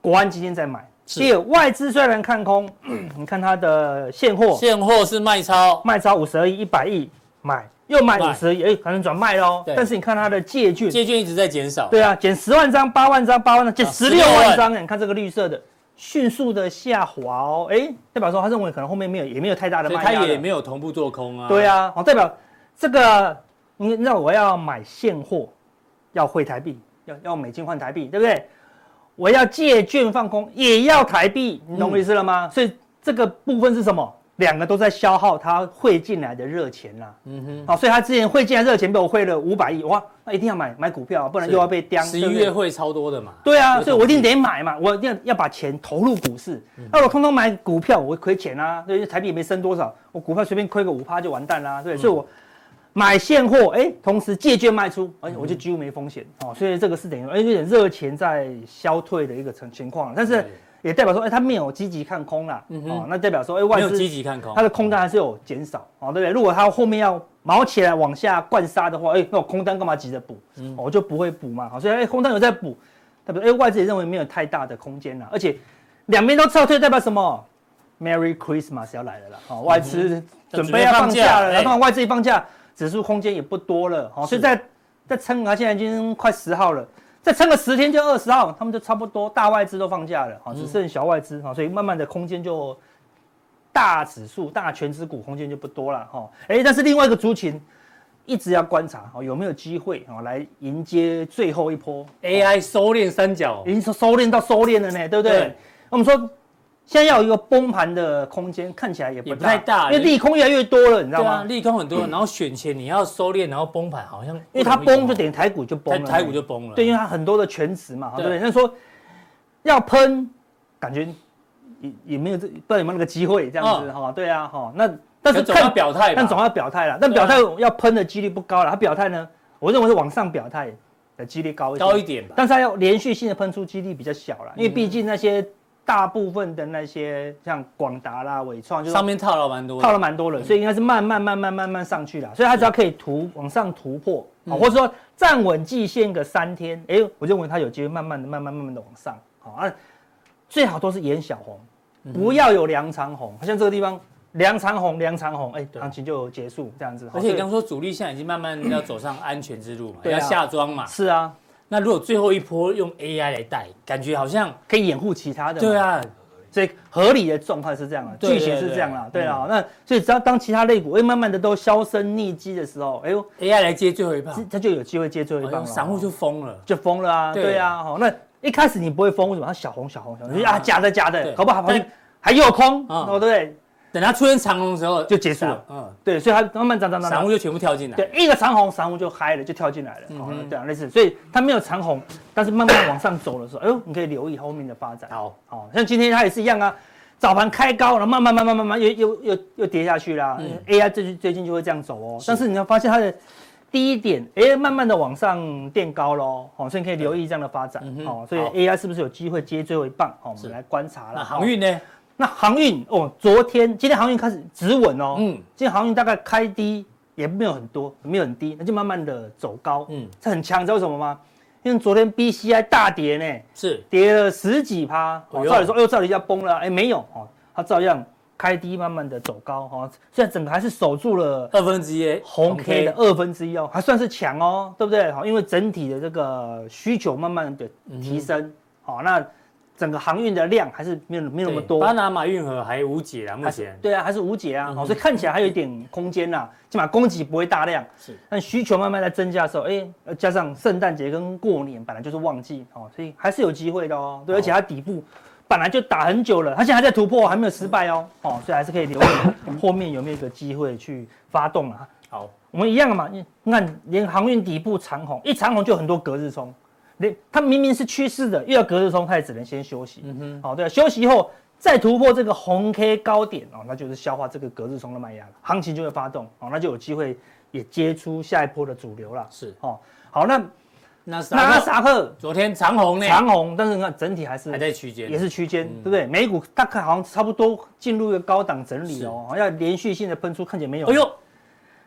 Speaker 3: 国安基金在买。
Speaker 2: 是
Speaker 3: 第二，外资虽然看
Speaker 2: *clears throat*
Speaker 3: 空，你看它的现货
Speaker 2: 现货是卖超，
Speaker 3: 卖超五十亿、一百亿买，又买
Speaker 2: 卖
Speaker 3: 五十亿，哎，可能转卖喽。
Speaker 2: 对
Speaker 3: 但是你看它的借券，
Speaker 2: 借券一直在减少。
Speaker 3: 对啊，减十万张、八万张、八万张，减
Speaker 2: 啊
Speaker 3: 十六万
Speaker 2: 16
Speaker 3: 张。你看这个绿色的，迅速的下滑哦。哎，代表说他认为可能后面没有，也没有太大的
Speaker 2: 所以
Speaker 3: 卖
Speaker 2: 它
Speaker 3: 压了
Speaker 2: 也没有同步做空啊。
Speaker 3: 对，啊，好、代表这个，你那我要买现货，要汇台币，要要美金换台币，对不对？我要借券放空，也要台币，你懂我意思了
Speaker 2: 嗯
Speaker 3: 吗？所以这个部分是什么？两个都在消耗它汇进来的热钱啦、
Speaker 2: 嗯哼，
Speaker 3: 好、所以它之前汇进来热钱被我汇了五百亿，哇，那一定要买买股票啊、不然又要被刁。
Speaker 2: 十
Speaker 3: 对
Speaker 2: 一
Speaker 3: 不对
Speaker 2: 月会超多的嘛。
Speaker 3: 对啊，
Speaker 2: 有
Speaker 3: 所以我一定得买嘛，我一定要要把钱投入股市。
Speaker 2: 嗯
Speaker 3: 那我通通买股票，我会亏钱啊，对，因为台币也没升多少，我股票随便亏个五趴就完蛋啦、对，所以我买现货，哎，同时借券卖出，
Speaker 2: 嗯
Speaker 3: 而且我就几乎没风险哦，所以这个是等于，哎，有点热钱在消退的一个情情况，但是
Speaker 2: 对
Speaker 3: 也代表说，哎，他没有积极看空啦，
Speaker 2: 嗯哼
Speaker 3: 哦，那代表说，哎，
Speaker 2: 没
Speaker 3: 外
Speaker 2: 有
Speaker 3: 资
Speaker 2: 积极看空，
Speaker 3: 它的空单还是有减少哦，对不对？如果它后面要毛起来往下灌杀的话，哎、那我空单干嘛急着补？哦
Speaker 2: 嗯
Speaker 3: 我、就不会补嘛。好，所以哎、空单有在补，代表哎、外资也认为没有太大的空间啦。而且两边都撤退，代表什么？Merry Christmas 要来了啦！好、外资嗯准备要放假
Speaker 2: 准备放假
Speaker 3: 了，然后
Speaker 2: 哎
Speaker 3: 啊外资一放假，指数空间也不多了。好、所
Speaker 2: 是
Speaker 3: 以在在撑啊，现在已经快十号了。再撑个十天就二十号，他们就差不多大外资都放假了，哦
Speaker 2: 嗯
Speaker 3: 好，只剩小外资，好，所以慢慢的空间就大指数、大全指股空间就不多了哈。哎、但是另外一个族群一直要观察哦，有没有机会哦来迎接最后一波
Speaker 2: AI 收敛三角
Speaker 3: 已，经收收敛到收敛了呢，对不对？
Speaker 2: 对
Speaker 3: 我们说现在要有一个崩盘的空间，看起来也不
Speaker 2: 也不太大
Speaker 3: 因为利空越来越多了，你知道
Speaker 2: 对
Speaker 3: 吗？嗯
Speaker 2: 啊，利空很多，然后选前你要收敛，然后崩盘，好像
Speaker 3: 因为它崩就等于台股就崩
Speaker 2: 啊台
Speaker 3: 了，
Speaker 2: 台股就崩了。
Speaker 3: 对，因为它很多的全值嘛，对
Speaker 2: 对
Speaker 3: 不对？那说要喷，感觉也也没有这不知道有没有那个机会这样子
Speaker 2: 嗯
Speaker 3: 哈、对啊哈、那但
Speaker 2: 可能
Speaker 3: 是
Speaker 2: 总要
Speaker 3: 看
Speaker 2: 表态吧，
Speaker 3: 但总要表态了，但
Speaker 2: 对
Speaker 3: 表
Speaker 2: 啊
Speaker 3: 态要喷的几率不高了。他表态呢，我认为是往上表态的几率高一
Speaker 2: 高一
Speaker 3: 点，
Speaker 2: 点吧。嗯
Speaker 3: 但是他要连续性的喷出几率比较小了，因为毕竟那些大部分的那些像广达啦、伟创，就是
Speaker 2: 上面套牢蛮多的，
Speaker 3: 套了蛮多人，所以应该是慢慢慢慢慢慢上去了。所以它只要可以突往上突破，好，或者说站稳季线个三天，哎，我认为它有机会慢慢的、慢慢慢慢的往上。好啊，最好都是演小红，不要有梁长红，好像这个地方梁长红、梁长红，哎，
Speaker 2: 对
Speaker 3: 行情就结束这样子。好
Speaker 2: 而且你
Speaker 3: 所以
Speaker 2: 刚说主力现在已经慢慢要走上安全之路嘛，
Speaker 3: 对啊
Speaker 2: 要下庄嘛。
Speaker 3: 是啊，
Speaker 2: 那如果最后一波用 AI 来带，感觉好像
Speaker 3: 可以掩护其他的。
Speaker 2: 对，啊，
Speaker 3: 所以合理的状况是这样啊，
Speaker 2: 对
Speaker 3: 剧
Speaker 2: 对
Speaker 3: 情是这样啦，
Speaker 2: 对
Speaker 3: 对啊。那所以只要当其他类股哎慢慢的都销声匿迹的时候，哎呦，
Speaker 2: AI 来接最后一棒
Speaker 3: 这，它就有机会接最后一
Speaker 2: 哎
Speaker 3: 棒
Speaker 2: 呦
Speaker 3: 了。
Speaker 2: 散户就疯了。
Speaker 3: 就疯了啊，
Speaker 2: 对
Speaker 3: 对啊，哦，那一开始你不会疯，为什么？它小红小红小红，你就啊，
Speaker 2: 啊
Speaker 3: 假的假的，
Speaker 2: 对
Speaker 3: 搞不好还
Speaker 2: 但
Speaker 3: 还有空，
Speaker 2: 啊
Speaker 3: 哦，对不对？
Speaker 2: 等它出现长龙的时候
Speaker 3: 就结束了，
Speaker 2: 嗯，
Speaker 3: 对，所以它慢慢涨涨涨
Speaker 2: 散
Speaker 3: 涨
Speaker 2: 户，就全部跳进来。
Speaker 3: 对，一个长红，散户就嗨了，就跳进来了，
Speaker 2: 嗯
Speaker 3: 哦
Speaker 2: 哼，
Speaker 3: 对啊，类似，所以它没有长红，但是慢慢往上走的时候，哎呦，你可以留意后面的发展，
Speaker 2: 好，
Speaker 3: 哦，像今天它也是一样啊，早盘开高，然后慢慢慢慢慢慢又又又又跌下去啦。
Speaker 2: 嗯
Speaker 3: AI 最近最近就会这样走哦，但是你要发现它的低点，哎，慢慢的往上垫高喽，好、所以你可以留意这样的发展，
Speaker 2: 嗯哼
Speaker 3: 哦，所以
Speaker 2: 好
Speaker 3: AI 是不是有机会接最后一棒？哦，我
Speaker 2: 是
Speaker 3: 们来观察啦。哦
Speaker 2: 那航运呢？
Speaker 3: 那航运哦，昨天今天航运开始止稳哦，
Speaker 2: 嗯
Speaker 3: 今天航运大概开低也没有很多，没有很低，那就慢慢的走高，
Speaker 2: 嗯，
Speaker 3: 这很强，你知道为什么吗？因为昨天 BCI 大跌呢，
Speaker 2: 是
Speaker 3: 跌了十几趴，
Speaker 2: 哎
Speaker 3: 哦、
Speaker 2: 呦
Speaker 3: 照理说，哎呦，照理要崩了啊，哎，没有哦，它照样开低，慢慢的走高哦，虽然整个还是守住了
Speaker 2: 二分之一
Speaker 3: 红 K 的二分之一哦，还算是强哦，对不对？好，因为整体的这个需求慢慢的提升，好、那整个航运的量还是没有没有那么多，
Speaker 2: 巴拿马运河还无解啊，目
Speaker 3: 还是
Speaker 2: 前
Speaker 3: 对啊，还是无解啊，
Speaker 2: 嗯
Speaker 3: 好所以看起来还有一点空间啦，起码供给不会大量，
Speaker 2: 是
Speaker 3: 但需求慢慢在增加的时候，哎、呃加上圣诞节跟过年本来就是旺季哦，所以还是有机会的哦，对，
Speaker 2: 好
Speaker 3: 而且它底部本来就打很久了，它现在还在突破，还没有失败哦，哦，所以还是可以留意 *coughs* 后面有没有一个机会去发动啊。
Speaker 2: 好，
Speaker 3: 我们一样嘛，你你看连航运底部长红，一长红就很多隔日冲，连它明明是趋势的，又要隔日冲，它也只能先休息。
Speaker 2: 嗯哼，
Speaker 3: 好、对、啊，休息后再突破这个红 K 高点哦，那就是消化这个隔日冲的卖压了，行情就会发动哦，那就有机会也接出下一波的主流了。
Speaker 2: 是
Speaker 3: 哦，好，那
Speaker 2: 那
Speaker 3: 纳
Speaker 2: 啥
Speaker 3: 斯达克
Speaker 2: 昨天长虹呢，
Speaker 3: 长红，但是你看整体还是
Speaker 2: 还在区间，
Speaker 3: 也是区间，
Speaker 2: 嗯
Speaker 3: 对不对？美股大概好像差不多进入一个高档整理哦，要连续性的喷出，看起来没有。
Speaker 2: 哎呦，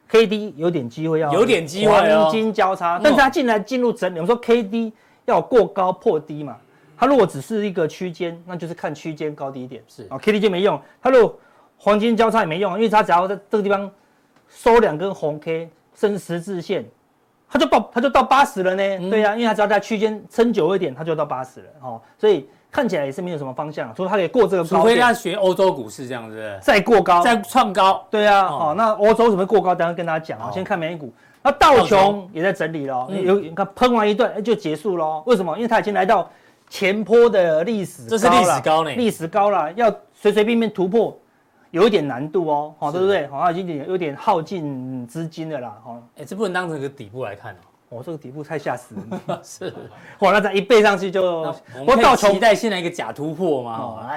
Speaker 3: K D 有点机会要
Speaker 2: 有点机会哦
Speaker 3: 黄金交叉
Speaker 2: 嗯，
Speaker 3: 但是它竟然进入整理。我们说 K D 要过高破低嘛，它如果只是一个区间，那就是看区间高低点。
Speaker 2: 是
Speaker 3: 哦，K D 就没用。它如果黄金交叉也没用，因为它只要在这个地方收两根红 K，甚至十字线，它就爆，它就到八十了呢。
Speaker 2: 嗯
Speaker 3: 对呀、啊因为它只要在区间撑久一点，它就到八十了。哦，所以看起来也是没有什么方向，除非它可以过这个
Speaker 2: 除
Speaker 3: 高
Speaker 2: 非他
Speaker 3: 点，
Speaker 2: 学欧洲股市这样子，
Speaker 3: 再过高，
Speaker 2: 再创高，
Speaker 3: 对啊，
Speaker 2: 哦
Speaker 3: 哦，那欧洲怎么过高？等一下跟大家讲啊
Speaker 2: 好。
Speaker 3: 先看美股，那道
Speaker 2: 道
Speaker 3: 琼
Speaker 2: 琼
Speaker 3: 也在整理了，
Speaker 2: 嗯
Speaker 3: 有你看喷完一段哎就结束喽。为什么？因为它已经来到前坡的历史高
Speaker 2: 这
Speaker 3: 了，
Speaker 2: 是历史高呢，
Speaker 3: 历史高了，要随随便便突破有一点难度哦，好，
Speaker 2: 是
Speaker 3: 对不对？好，它已经有点有点耗尽资金了啦，好。
Speaker 2: 哎，这不能当成一个底部来看
Speaker 3: 我、这个底部太吓
Speaker 2: *laughs*
Speaker 3: 死人了，
Speaker 2: 哦，是，
Speaker 3: 哇！那再一背上去就
Speaker 2: 那，
Speaker 3: 哦不
Speaker 2: 我
Speaker 3: 过
Speaker 2: 们可
Speaker 3: 道
Speaker 2: 以期
Speaker 3: 琼，
Speaker 2: 待现在一个假突破嘛，哦
Speaker 3: 哦，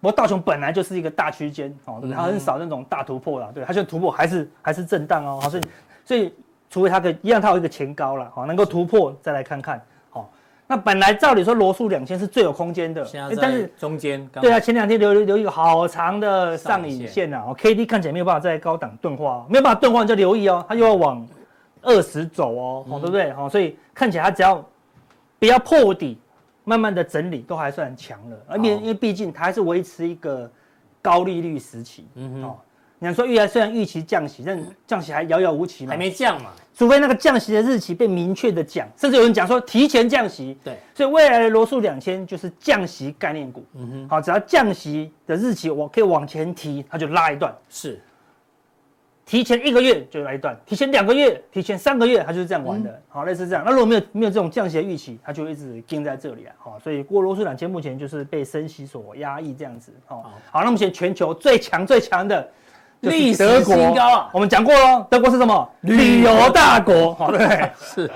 Speaker 3: 不过道琼本来就是一个大区间，哦，对不对？它
Speaker 2: 嗯
Speaker 3: 很少那种大突破啦，对，它就突破还是还是震荡哦，好，所以所以除非它可以一样，它有一个前高了，好，能够突破再来看看，好，那本来照理说罗素两千是最有空间的，
Speaker 2: 现
Speaker 3: 诶
Speaker 2: 在
Speaker 3: 哎但
Speaker 2: 在
Speaker 3: 是
Speaker 2: 中间，刚
Speaker 3: 对啊，，前两天留留一个好长的上
Speaker 2: 上
Speaker 3: 影
Speaker 2: 影
Speaker 3: 线啊，哦，K D 看起来没有办法在高档钝化哦，没有办法钝化你就留意哦，它又要往二十走哦，哦，
Speaker 2: 嗯
Speaker 3: 对不对？哦，所以看起来它只要不要破底，慢慢的整理都还算强了，而且
Speaker 2: 好
Speaker 3: 因为毕竟它还是维持一个高利率时期
Speaker 2: 嗯
Speaker 3: 哦
Speaker 2: 哼，。
Speaker 3: 你想说预来虽然预期降息，但降息还遥遥无期嘛
Speaker 2: 还，没降嘛，
Speaker 3: 除非那个降息的日期被明确的讲，甚至有人讲说提前降息，
Speaker 2: 对，
Speaker 3: 所以未来的罗素两千就是降息概念股。
Speaker 2: 嗯哼，
Speaker 3: 好，只要降息的日期我可以往前提，它就拉一段，
Speaker 2: 是，
Speaker 3: 提前一个月就拉一段，提前两个月，提前三个月，它就是这样玩
Speaker 2: 嗯
Speaker 3: 的。好，类似这样。那如果没有没有这种降息的预期，它就一直盯在这里啊。好，所以过罗素两千目前就是被升息所压抑这样子。哦，好，那目前全球最强最强的。就是
Speaker 2: 历史
Speaker 3: 德国
Speaker 2: 新高啊
Speaker 3: 我们讲过喽，德国是什么？
Speaker 2: 旅
Speaker 3: 旅
Speaker 2: 游
Speaker 3: 游大国，好对不对？
Speaker 2: 是，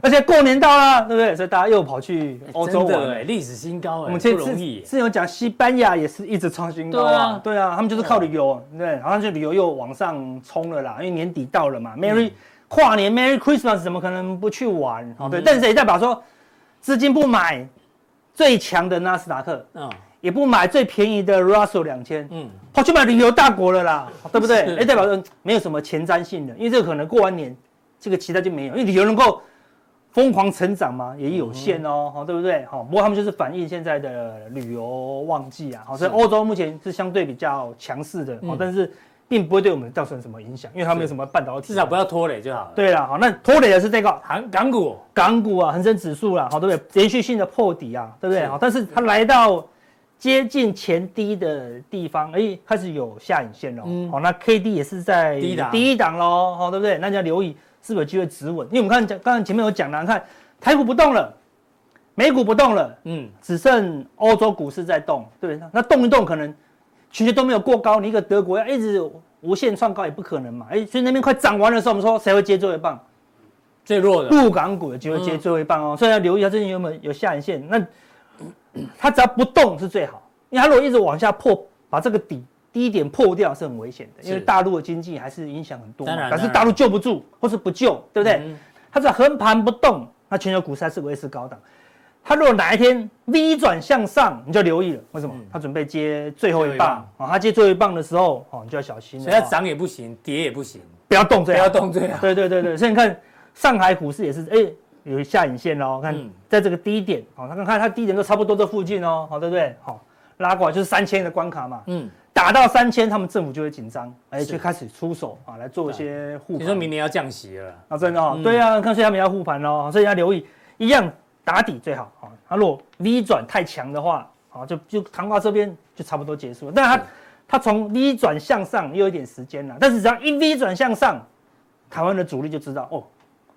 Speaker 3: 而且过年到了，对不对？所以大家又跑去欧洲
Speaker 2: 真
Speaker 3: 玩
Speaker 2: 的
Speaker 3: 了
Speaker 2: 哎，。历史新高
Speaker 3: 我
Speaker 2: 哎，
Speaker 3: 们
Speaker 2: 不
Speaker 3: 前
Speaker 2: 容易
Speaker 3: 之
Speaker 2: 耶，
Speaker 3: 之前有讲西班牙也是一直创新高啊，对啊，他们就是靠旅游，对，然后就旅游又往上冲了啦，因为年底到了嘛，Merry 跨年 Merry Christmas 怎么可能不去玩？哦，对，
Speaker 2: 嗯
Speaker 3: 但是也代表说资金不买最强的纳斯达克，
Speaker 2: 嗯
Speaker 3: 也不买最便宜的 Russell 两千，
Speaker 2: 嗯，
Speaker 3: 跑去买哦旅游大国了啦，对不对
Speaker 2: 哦是？
Speaker 3: 哎，代表说没有什么前瞻性的，因为这个可能过完年这个期待就没有，因为旅游能够疯狂成长嘛，也有限
Speaker 2: 嗯
Speaker 3: 哦，好、对不对？好、不过他们就是反映现在的旅游旺季啊，好、所以
Speaker 2: 是
Speaker 3: 欧洲目前是相对比较强势的，好、
Speaker 2: 嗯
Speaker 3: 但是并不会对我们造成什么影响，因为它没有
Speaker 2: 是
Speaker 3: 什么半导体，啊
Speaker 2: 至少不要拖累就好了。，
Speaker 3: 对了，好、那拖累的是这个
Speaker 2: 港港股
Speaker 3: 港股啊，恒生指数啦、好对不对？连续性的破底啊，对不对？
Speaker 2: 是
Speaker 3: 好，但是它来到接近前低的地方，哎，开始有下影线喽。
Speaker 2: 嗯
Speaker 3: 好，那 K D 也是在
Speaker 2: 低档
Speaker 3: 低档喽，好，对不对？那你要留意是不是有机会止稳，因为我们看讲，刚才前面有讲了，你看台股不动了，美股不动了，
Speaker 2: 嗯，
Speaker 3: 只剩欧洲股市在动，对不对？那动一动可能全球都没有过高，你一个德国要一直无限创高也不可能嘛。哎，所以那边快涨完的时候，我们说谁会接最后一棒？
Speaker 2: 最弱的，
Speaker 3: 陆港股有
Speaker 2: 嗯
Speaker 3: 机会接最后一棒哦，所以要留意它最 *clears throat* 近有没有有下影线。那它只要不动是最好，因为它如果一直往下破把这个底低点破掉是很危险的，因为
Speaker 2: 是
Speaker 3: 大陆的经济还是影响很多嘛，
Speaker 2: 当然
Speaker 3: 但是
Speaker 2: 当然
Speaker 3: 大陆救不住或是不救，对不对？
Speaker 2: 嗯
Speaker 3: 它在横盘不动，那全球股市还是维持高档。它如果哪一天 V 转向上，你就留意了。为什么
Speaker 2: 嗯？
Speaker 3: 它准备接最后
Speaker 2: 最后
Speaker 3: 一
Speaker 2: 一
Speaker 3: 棒
Speaker 2: 棒
Speaker 3: 啊！哦它接最后一棒的时候，哦，你就要小心了。
Speaker 2: 所以它
Speaker 3: 哦
Speaker 2: 涨也不行，跌也不行，
Speaker 3: 不要动
Speaker 2: 不
Speaker 3: 这
Speaker 2: 要
Speaker 3: 样。
Speaker 2: 动这样。
Speaker 3: 对啊对对对，所以你看上海股市也是，哎，有下影线喽。看
Speaker 2: 嗯
Speaker 3: 在这个低点，好，它看看它低点都差不多这附近哦，好，对不对？好，拉过来就是三千的关卡嘛，
Speaker 2: 嗯，
Speaker 3: 打到三千，他们政府就会紧张，哎，
Speaker 2: 是
Speaker 3: 就开始出手啊，来做一些护
Speaker 2: 你
Speaker 3: 盘。
Speaker 2: 说明年要降息了，
Speaker 3: 啊，真的哦，
Speaker 2: 嗯
Speaker 3: 对啊，看所以他们要护盘喽，所以要留意，一样打底最好啊。它如果 V 转太强的话，啊，就就谈话这边就差不多结束了。但它
Speaker 2: 是
Speaker 3: 它从 V 转向上也有一点时间了，但是只要一 V 转向上，台湾的主力就知道哦，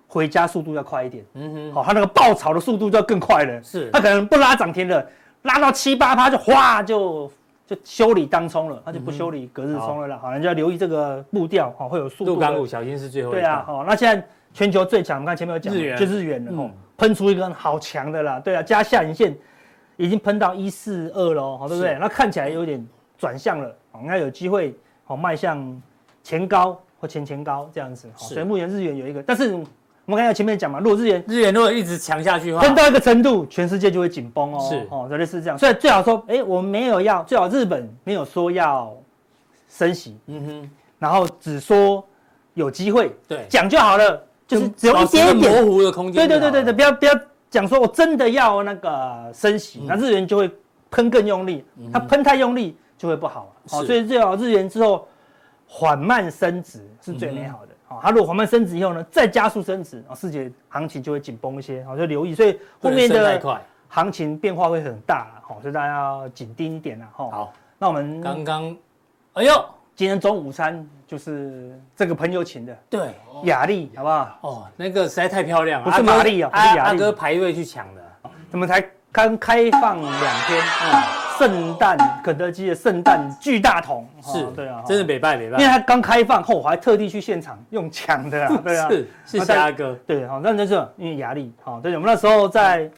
Speaker 3: 回家速度要快一点，哦
Speaker 2: 嗯哼，
Speaker 3: 好，它那个爆炒的速度就要更快了。
Speaker 2: 是
Speaker 3: 它可能不拉涨停了，拉到七八趴就哗就就修理当冲了，它就不
Speaker 2: 嗯哼
Speaker 3: 修理隔日冲了啦。好，你就要留意这个步调，哦好，会有速度
Speaker 2: 陆
Speaker 3: 的
Speaker 2: 港股小心是最后一
Speaker 3: 对啊，
Speaker 2: 棒，
Speaker 3: 哦，那现在全球最强，我们看前面有讲嘛
Speaker 2: 日元
Speaker 3: 就日元了，
Speaker 2: 嗯
Speaker 3: 哦，喷出一根好强的啦，对啊，加下影线已经喷到一四二喽，好，对不对
Speaker 2: 是？
Speaker 3: 那看起来有点转向了，哦，应该有机会哦迈向前高或前前高这样子，哦
Speaker 2: 是
Speaker 3: 所以目前日元有一个，但是我们刚才前面讲嘛，如果日元
Speaker 2: 日元如果一直强下去的话，
Speaker 3: 喷到一个程度，全世界就会紧绷哦，
Speaker 2: 是
Speaker 3: 哦，类似这样，所以最好说，哎，我们没有要，最好日本没有说要升息，
Speaker 2: 嗯哼，
Speaker 3: 然后只说有机会，
Speaker 2: 对，
Speaker 3: 讲就好了，就是只有
Speaker 2: 保
Speaker 3: 一
Speaker 2: 持个
Speaker 3: 点点。
Speaker 2: 模糊的空间
Speaker 3: 对
Speaker 2: 就
Speaker 3: 对
Speaker 2: 好了。
Speaker 3: 对对对，不要不要讲说我真的要那个升息，
Speaker 2: 嗯
Speaker 3: 那日元就会喷更用力，它喷太用力就会不好了。好，
Speaker 2: 是
Speaker 3: 所以最好日元之后缓慢升值是最美
Speaker 2: 嗯
Speaker 3: 好的。好，它如果缓慢升值以后呢，再加速升值，啊，世界行情就会紧绷一些，哦好，就留意。所以
Speaker 2: 不
Speaker 3: 后
Speaker 2: 能
Speaker 3: 面
Speaker 2: 升太
Speaker 3: 的
Speaker 2: 快。
Speaker 3: 行情变化会很大啦，哦好，所以大家要紧盯一点啦。好，
Speaker 2: 好，
Speaker 3: 那我们
Speaker 2: 刚刚，哎呦，
Speaker 3: 今天中午餐就是这个朋友请的
Speaker 2: 对，
Speaker 3: 雅丽，好不好？
Speaker 2: 哦，那个实在太漂亮了，
Speaker 3: 不是
Speaker 2: 阿哥
Speaker 3: 玛丽啊不是
Speaker 2: 阿
Speaker 3: 雅
Speaker 2: 阿
Speaker 3: 丽哦
Speaker 2: 哥排队去抢的，
Speaker 3: 我们才刚开放两天，
Speaker 2: 嗯
Speaker 3: 啊，圣诞肯德基的圣诞巨大桶
Speaker 2: 是，
Speaker 3: 哦对啊，
Speaker 2: 真的
Speaker 3: 哦，
Speaker 2: 北拜北
Speaker 3: 因为
Speaker 2: 拜，
Speaker 3: 它刚开放后，我还特地去现场用抢的啊，对啊，
Speaker 2: 是，谢谢阿哥，
Speaker 3: 对，好，那就是因为压力，好，对，我们那时候在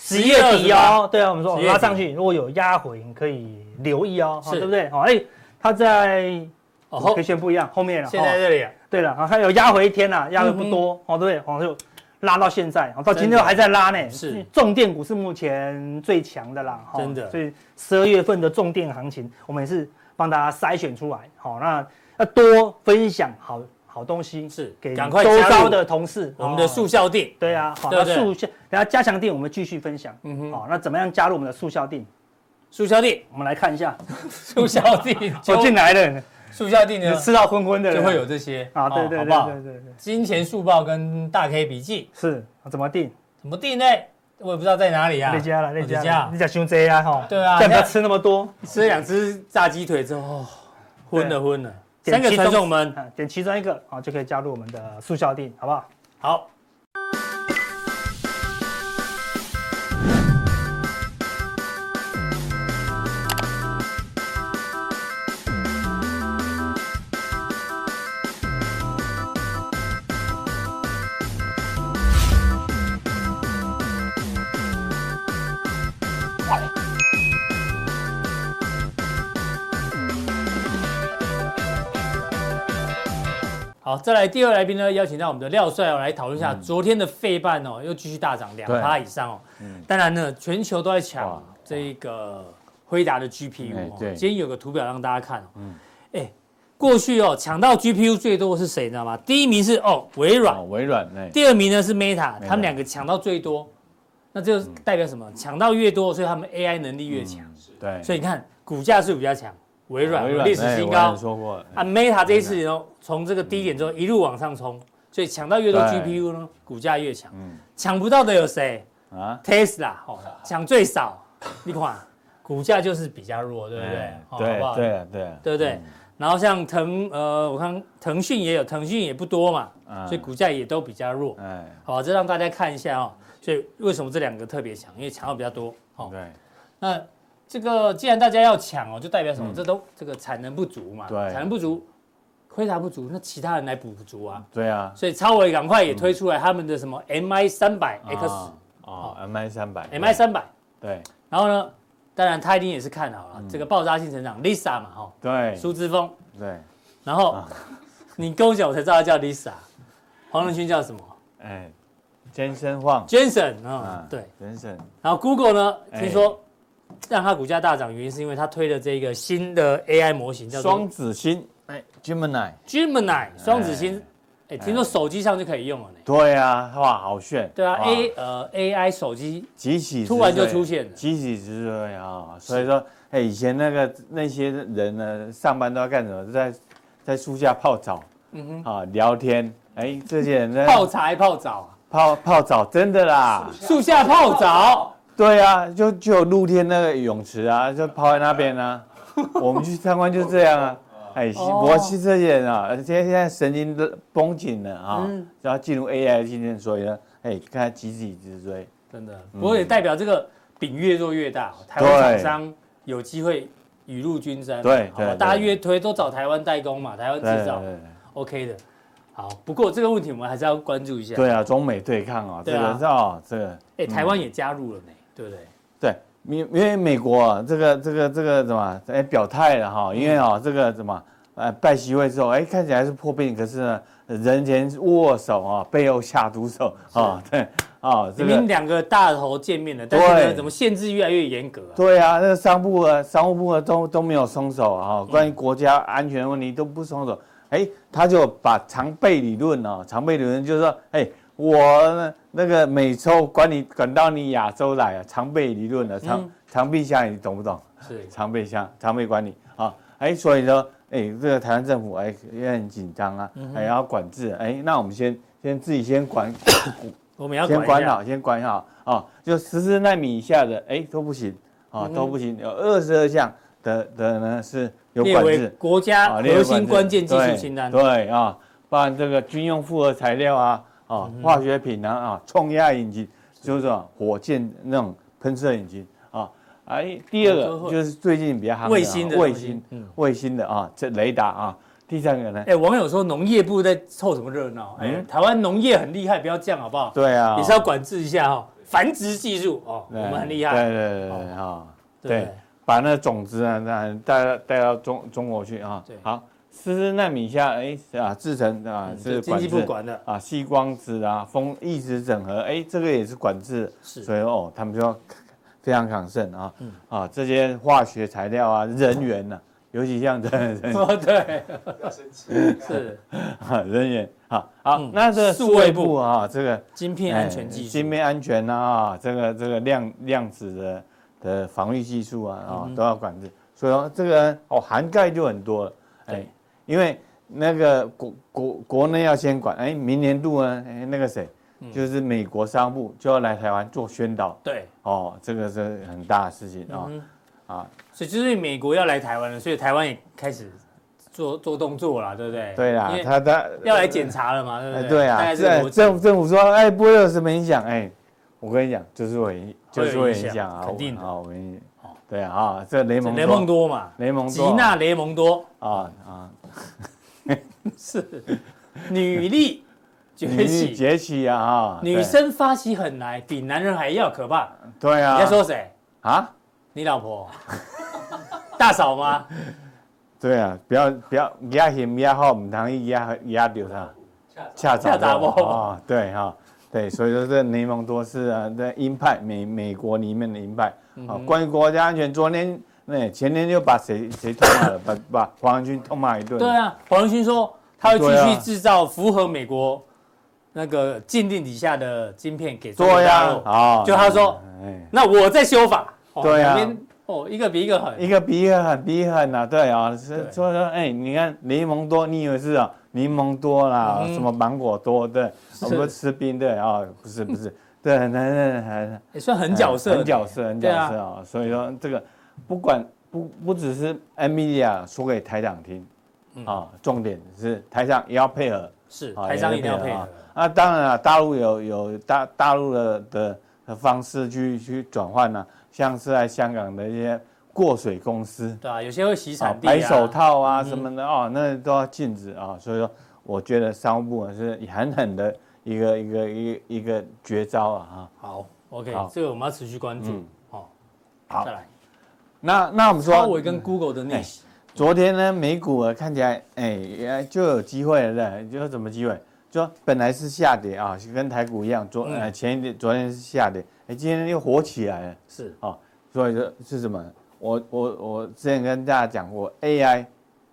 Speaker 3: 十月底
Speaker 2: 10
Speaker 3: 哦，对啊，我们说
Speaker 2: 10
Speaker 3: 哦
Speaker 2: 月底
Speaker 3: 拉上去，如果有压回，你可以留意哦，好
Speaker 2: 是
Speaker 3: 对不对？好，哎，它在
Speaker 2: 哦吼
Speaker 3: 可以，选不一样，后面了，
Speaker 2: 现在
Speaker 3: 哦
Speaker 2: 这里啊，
Speaker 3: 对了，好，它有压回一天啦，压回不
Speaker 2: 嗯哼
Speaker 3: 多，哦，对，好就拉到现在，哦好到今
Speaker 2: 真
Speaker 3: 天
Speaker 2: 的
Speaker 3: 还在拉呢。
Speaker 2: 是
Speaker 3: 重电股是目前最强的啦，哈
Speaker 2: 真的
Speaker 3: 所以十二月份的重电行情，我们也是帮大家筛选出来，好，那要多分享好好东西，
Speaker 2: 是
Speaker 3: 给
Speaker 2: 赶快
Speaker 3: 周
Speaker 2: 加入
Speaker 3: 遭的同事，
Speaker 2: 我们的
Speaker 3: 哦
Speaker 2: 速效定，
Speaker 3: 对啊，好，
Speaker 2: 对
Speaker 3: 那
Speaker 2: 不对
Speaker 3: 速效，然后加强店我们继续分享，
Speaker 2: 嗯哼，
Speaker 3: 好，那怎么样加入我们的速效店？
Speaker 2: 速效定，
Speaker 3: *laughs* 我们来看一下，
Speaker 2: 速效定，
Speaker 3: 我进来了，
Speaker 2: 速效定
Speaker 3: 你
Speaker 2: 呢
Speaker 3: 吃到昏昏的了，
Speaker 2: 啊就会有这些
Speaker 3: 啊，对
Speaker 2: 哦
Speaker 3: 对
Speaker 2: 好
Speaker 3: 对
Speaker 2: 不好
Speaker 3: 对？对对，
Speaker 2: 金钱速报跟大 K 笔记
Speaker 3: 是怎么定？
Speaker 2: 怎么定呢？我也不知道在哪里啊，
Speaker 3: 累加了，累加
Speaker 2: 累加
Speaker 3: 了，你讲胸贼啊哈，
Speaker 2: 对啊
Speaker 3: 但不要
Speaker 2: 那
Speaker 3: 吃那么多，
Speaker 2: 吃了两只炸鸡腿之后，哦昏了昏了，三个
Speaker 3: 点其
Speaker 2: 传
Speaker 3: 中
Speaker 2: 送门，
Speaker 3: 啊，点其中一个啊就可以加入我们的速效定，好不好？
Speaker 2: 好。好，再来第二位来宾呢，邀请到我们的廖帅哦，来讨论一下、
Speaker 4: 嗯
Speaker 2: 昨天的费半哦，又继续大涨两趴以上哦。当然呢，全球都在抢
Speaker 4: 嗯哇
Speaker 2: 这个辉达的 GPU
Speaker 4: 哎
Speaker 2: 哦。
Speaker 4: 对嗯
Speaker 2: 今天有个图表让大家看哦。哎，过去哦，抢到 GPU 最多的是谁，你知道吗？第一名是哦微软，
Speaker 4: 哦，微软哎，
Speaker 2: 第二名呢是 Meta，他们两个抢到最多，那这就代表什
Speaker 4: 嗯
Speaker 2: 么？抢到越多，所以他们 AI 能力越强。
Speaker 4: 对，
Speaker 2: 所以你看，股价是比较强，微软
Speaker 4: 嗯微
Speaker 2: 有
Speaker 4: 软
Speaker 2: 历史
Speaker 4: 哎
Speaker 2: 新
Speaker 4: 我
Speaker 2: 高
Speaker 4: 也。说过
Speaker 2: 啊
Speaker 4: 哎嗯
Speaker 2: ，Meta 这一次呢，从这个低点之后一路往上冲，所以抢到越多
Speaker 4: 对
Speaker 2: GPU 呢，股价越强。
Speaker 4: 嗯
Speaker 2: 抢不到的有谁
Speaker 4: 啊，
Speaker 2: ？Tesla
Speaker 4: *laughs*
Speaker 2: 哦，抢最少，你看股价就是比较弱，对不对
Speaker 4: 哎？
Speaker 2: 哦好
Speaker 4: 对
Speaker 2: 不好
Speaker 4: 对嗯对
Speaker 2: 对不对？然后像腾呃，我看腾讯也有，腾讯也不多嘛，
Speaker 4: 嗯
Speaker 2: 所以股价也都比较弱。
Speaker 4: 哎，
Speaker 2: 好，这让大家看一下哦。所以为什么这两个特别强？因为抢到比较多。哦好，
Speaker 4: 对
Speaker 2: 那这个既然大家要抢哦，就代表什么？这都这个产能不足嘛，
Speaker 4: 嗯对
Speaker 2: 产能不足，亏达不足，那其他人来补足啊。
Speaker 4: 对啊
Speaker 2: 所以超微赶快也推出来他们的什
Speaker 4: 啊
Speaker 2: 么 MI 三百 X、
Speaker 4: 啊哦，M I 三百
Speaker 2: MI 三百，
Speaker 4: 对
Speaker 2: 然后呢，当然他一定也是看好了、
Speaker 4: 嗯
Speaker 2: 这个爆炸性成长 Lisa 嘛，哈，
Speaker 4: 对
Speaker 2: 苏之峰，
Speaker 4: 对，
Speaker 2: 然后、
Speaker 4: 啊
Speaker 2: 你跟我讲，我才知道他叫 Lisa，黄仁勋叫什么
Speaker 4: 哎，Jason Huang，
Speaker 2: Jensen 啊、
Speaker 4: 啊
Speaker 2: 对，
Speaker 4: ，Jason，
Speaker 2: 然后 Google 呢，
Speaker 4: 哎
Speaker 2: 听说让它股价大涨，原因是因为它推了这个新的 AI 模型，叫
Speaker 4: 双
Speaker 2: 做
Speaker 4: 子星，哎，Gemini，
Speaker 2: Gemini 双子星哎，
Speaker 4: 哎，
Speaker 2: 听说手机上就可以用了呢。
Speaker 4: 对啊，哇，好炫，
Speaker 2: 对啊
Speaker 4: 哇
Speaker 2: ，A 呃 AI 手机
Speaker 4: 急起直
Speaker 2: 突然就
Speaker 4: 追
Speaker 2: 出现了
Speaker 4: 急起直追啊！所以说，哎，以前那个那些人呢，上班都要干什么？在在树下泡澡，嗯哼，啊，聊天。哎，这些人在
Speaker 2: 泡茶还泡澡啊，
Speaker 4: 泡泡澡，真的啦，
Speaker 2: 树下泡澡，
Speaker 4: 对啊，就就有露天那个泳池啊，就泡在那边
Speaker 2: *laughs*
Speaker 4: 啊。我们去参观就这样啊。哎，
Speaker 2: 哦
Speaker 4: 我是这些人啊，而且现在神经都绷紧了啊
Speaker 2: 嗯，
Speaker 4: 然后进入 AI 的境界，所以呢，哎，看他急起直追。
Speaker 2: 真的。不过也代表这个饼越做越大，台湾
Speaker 4: 嗯对
Speaker 2: 厂商有机会雨露均沾嘛。啊
Speaker 4: 对
Speaker 2: 好吧
Speaker 4: 对
Speaker 2: 大家
Speaker 4: 对
Speaker 2: 越推都找台湾代工嘛，台湾
Speaker 4: 对
Speaker 2: 制造
Speaker 4: 对对。
Speaker 2: ，OK 的。好，不过这个问题我们还是要关注一下。
Speaker 4: 对啊，中美对抗啊，这
Speaker 2: 对啊
Speaker 4: 个是啊，这个
Speaker 2: 哎，台湾也加入了呢，对不对？
Speaker 4: 对，因因为美国啊这个这个这个什么哎表态了哈，因为啊这个什么呃拜习会之后哎看起来是破冰，可是呢人前握手啊，背后下毒手啊，对啊这
Speaker 2: 明明
Speaker 4: 个
Speaker 2: 两个大头见面了，但是呢，
Speaker 4: 对
Speaker 2: 怎么限制越来越严格啊？
Speaker 4: 对啊，那个商务部啊商务部啊都都没有松手啊，关于国家安全问题都不松手，哎他就把常备理论啊，常备理论就是说哎。我呢那个美洲管你管到你亚洲来啊，常备理论啊，常
Speaker 2: 嗯
Speaker 4: 常备下你懂不懂？
Speaker 2: 是
Speaker 4: 常备箱、常备管理啊，哎，所以说，哎，这个台湾政府哎也很紧张啊，
Speaker 2: 嗯
Speaker 4: 哎要管制，哎，那我们先先自己先管，
Speaker 2: 我 *coughs* 们要
Speaker 4: 先
Speaker 2: 管一
Speaker 4: 管
Speaker 2: 下。
Speaker 4: 好，先管好啊，就十四纳米以下的哎都不行啊，
Speaker 2: 嗯
Speaker 4: 都不行，有二十二项的的呢是有
Speaker 2: 列
Speaker 4: 管
Speaker 2: 为
Speaker 4: 制，
Speaker 2: 国家
Speaker 4: 啊，列为
Speaker 2: 核心关键技
Speaker 4: 管
Speaker 2: 术
Speaker 4: 制
Speaker 2: 清单。
Speaker 4: 对对啊，包含这个军用复合材料啊，啊，
Speaker 2: 嗯
Speaker 4: 化学品啊，啊，冲压引擎，就是说火箭那种喷射引擎啊，哎，第二
Speaker 2: 都
Speaker 4: 个
Speaker 2: 会
Speaker 4: 就是最近比较夯啊
Speaker 2: 卫星的
Speaker 4: 卫
Speaker 2: 东西
Speaker 4: 星
Speaker 2: 嗯，
Speaker 4: 卫星的啊，这雷达啊，第三个呢，
Speaker 2: 哎，网友说农业部在凑什么热闹？哎，
Speaker 4: 嗯
Speaker 2: 台湾农业很厉害，不要这样好不好？
Speaker 4: 对啊，
Speaker 2: 也是要管制一下哈，繁殖技术哦，我
Speaker 4: 对
Speaker 2: 们很厉
Speaker 4: 对
Speaker 2: 害，哦
Speaker 4: 对对对啊，
Speaker 2: 对不对
Speaker 4: 对把那种子啊，那带到带到中中国去啊
Speaker 2: 对，
Speaker 4: 好，四十纳米以下，哎啊，制成啊
Speaker 2: 嗯
Speaker 4: 是
Speaker 2: 这经
Speaker 4: 管
Speaker 2: 济
Speaker 4: 制
Speaker 2: 部管的，
Speaker 4: 啊，细光子啊，风一直整合，哎，这个也是管制，
Speaker 2: 是嗯
Speaker 4: 所以哦，他们就要非常抗慎啊，啊，这些化学材料啊，人员呐、尤其像
Speaker 2: *laughs*
Speaker 4: 人人
Speaker 2: 哦对，
Speaker 5: 不要生气。
Speaker 2: 是
Speaker 4: 啊人员，好好，
Speaker 2: 嗯
Speaker 4: 那这个
Speaker 2: 数
Speaker 4: 数
Speaker 2: 位
Speaker 4: 位
Speaker 2: 部
Speaker 4: 部啊，这个
Speaker 2: 晶片安全技
Speaker 4: 哎
Speaker 2: 术
Speaker 4: 芯。片安全啊，这个这个量量子的的防御技术啊，啊、
Speaker 2: 嗯
Speaker 4: 都要管制，所以说这个哦涵盖就很多了，哎
Speaker 2: 对，
Speaker 4: 因为那个国国国内要先管，哎，明年度呢，哎那个谁，
Speaker 2: 嗯
Speaker 4: 就是美国商务部就要来台湾做宣导，
Speaker 2: 对，
Speaker 4: 哦，这个是很大的事情啊、
Speaker 2: 嗯
Speaker 4: 啊，
Speaker 2: 所以就是美国要来台湾了，所以台湾也开始做做动作啦，对不对？
Speaker 4: 对啦
Speaker 2: 因，为
Speaker 4: 他他
Speaker 2: 要来检查了嘛，对不
Speaker 4: 哎
Speaker 2: 对？
Speaker 4: 对
Speaker 2: 大
Speaker 4: 啊，
Speaker 2: 概这个逻辑
Speaker 4: 这政府政府说，哎，不会有什么影响，哎，我跟你讲，就是会，
Speaker 2: 会有
Speaker 4: 就是会
Speaker 2: 影响
Speaker 4: 影响啊，
Speaker 2: 肯定的哦
Speaker 4: 啊，我跟你，对啊，啊，这雷蒙
Speaker 2: 雷蒙
Speaker 4: 多，
Speaker 2: 多嘛，
Speaker 4: 雷蒙多
Speaker 2: 吉娜雷蒙多
Speaker 4: 啊啊，
Speaker 2: 是 *laughs* 女力崛
Speaker 4: 女
Speaker 2: 起，
Speaker 4: 崛起啊，啊
Speaker 2: 女
Speaker 4: 对
Speaker 2: 生发起狠来比男人还要可怕。
Speaker 4: 对啊，
Speaker 2: 你在说谁？
Speaker 4: 啊，
Speaker 2: 你老婆？ *laughs* 大嫂吗？
Speaker 4: 对啊，不要不要压嫌压好，唔通压压掉他，
Speaker 2: 恰
Speaker 4: 恰
Speaker 2: 杂
Speaker 4: 杂
Speaker 2: 波
Speaker 4: 啊，对哈。对，所以说这雷蒙多是啊，这鹰派美美国里面的鹰派啊。关于国家安全，昨天那前天就把谁谁痛骂了，把把黄仁勋痛骂一顿。
Speaker 2: 对啊，黄仁勋说他会
Speaker 4: 对
Speaker 2: 继
Speaker 4: 啊
Speaker 2: 续制造符合美国那个禁令底下的晶片给中国
Speaker 4: 对
Speaker 2: 大
Speaker 4: 呀
Speaker 2: 陆，。
Speaker 4: 啊
Speaker 2: 就他说，
Speaker 4: 哎，
Speaker 2: 那我在修法。哦
Speaker 4: 对啊
Speaker 2: 两边哦，一个比一个狠
Speaker 4: 一。个比一个狠，比一个狠啊，对啊，是
Speaker 2: 对
Speaker 4: 所以说，哎，你看柠檬多，你以为是啊柠檬多啦，
Speaker 2: 嗯
Speaker 4: 什么芒果多，对，我们吃冰对啊，不是不是，对，很很很
Speaker 2: 也算很角色，
Speaker 4: 很角色，很角
Speaker 2: 对啊
Speaker 4: 色啊，所以说这个不管不不只是 NVIDIA 说给台长听
Speaker 2: 嗯
Speaker 4: 啊，重点是台上也要配合，
Speaker 2: 是
Speaker 4: 啊
Speaker 2: 台商一定要配合
Speaker 4: 啊。啊，当然了，大陆有有大大陆的的的方式去去转换呢、像是在香港的一些过水公司，
Speaker 2: 对啊，有些会洗
Speaker 4: 啊
Speaker 2: 产地啊，
Speaker 4: 白手套啊什么的哦，那都要禁止啊。所以说，我觉得商务部门是狠狠的一个一个一个一个绝招啊哈。
Speaker 2: 好，OK，
Speaker 4: 好
Speaker 2: 这个我们要持续关注
Speaker 4: 嗯。
Speaker 2: 哦，
Speaker 4: 好
Speaker 2: 再来，
Speaker 4: 那那我们
Speaker 2: 华
Speaker 4: 说，
Speaker 2: 为跟 Google 的逆
Speaker 4: 哎
Speaker 2: 袭，
Speaker 4: 昨天呢，美股啊看起来，哎，哎就有机会了，就什么机会？就说本来是下跌啊，跟台股一样，昨
Speaker 2: 嗯
Speaker 4: 呃前一天昨天是下跌，哎，今天又火起来了。
Speaker 2: 是
Speaker 4: 所以说是什么？我我我之前跟大家讲过 AI，AI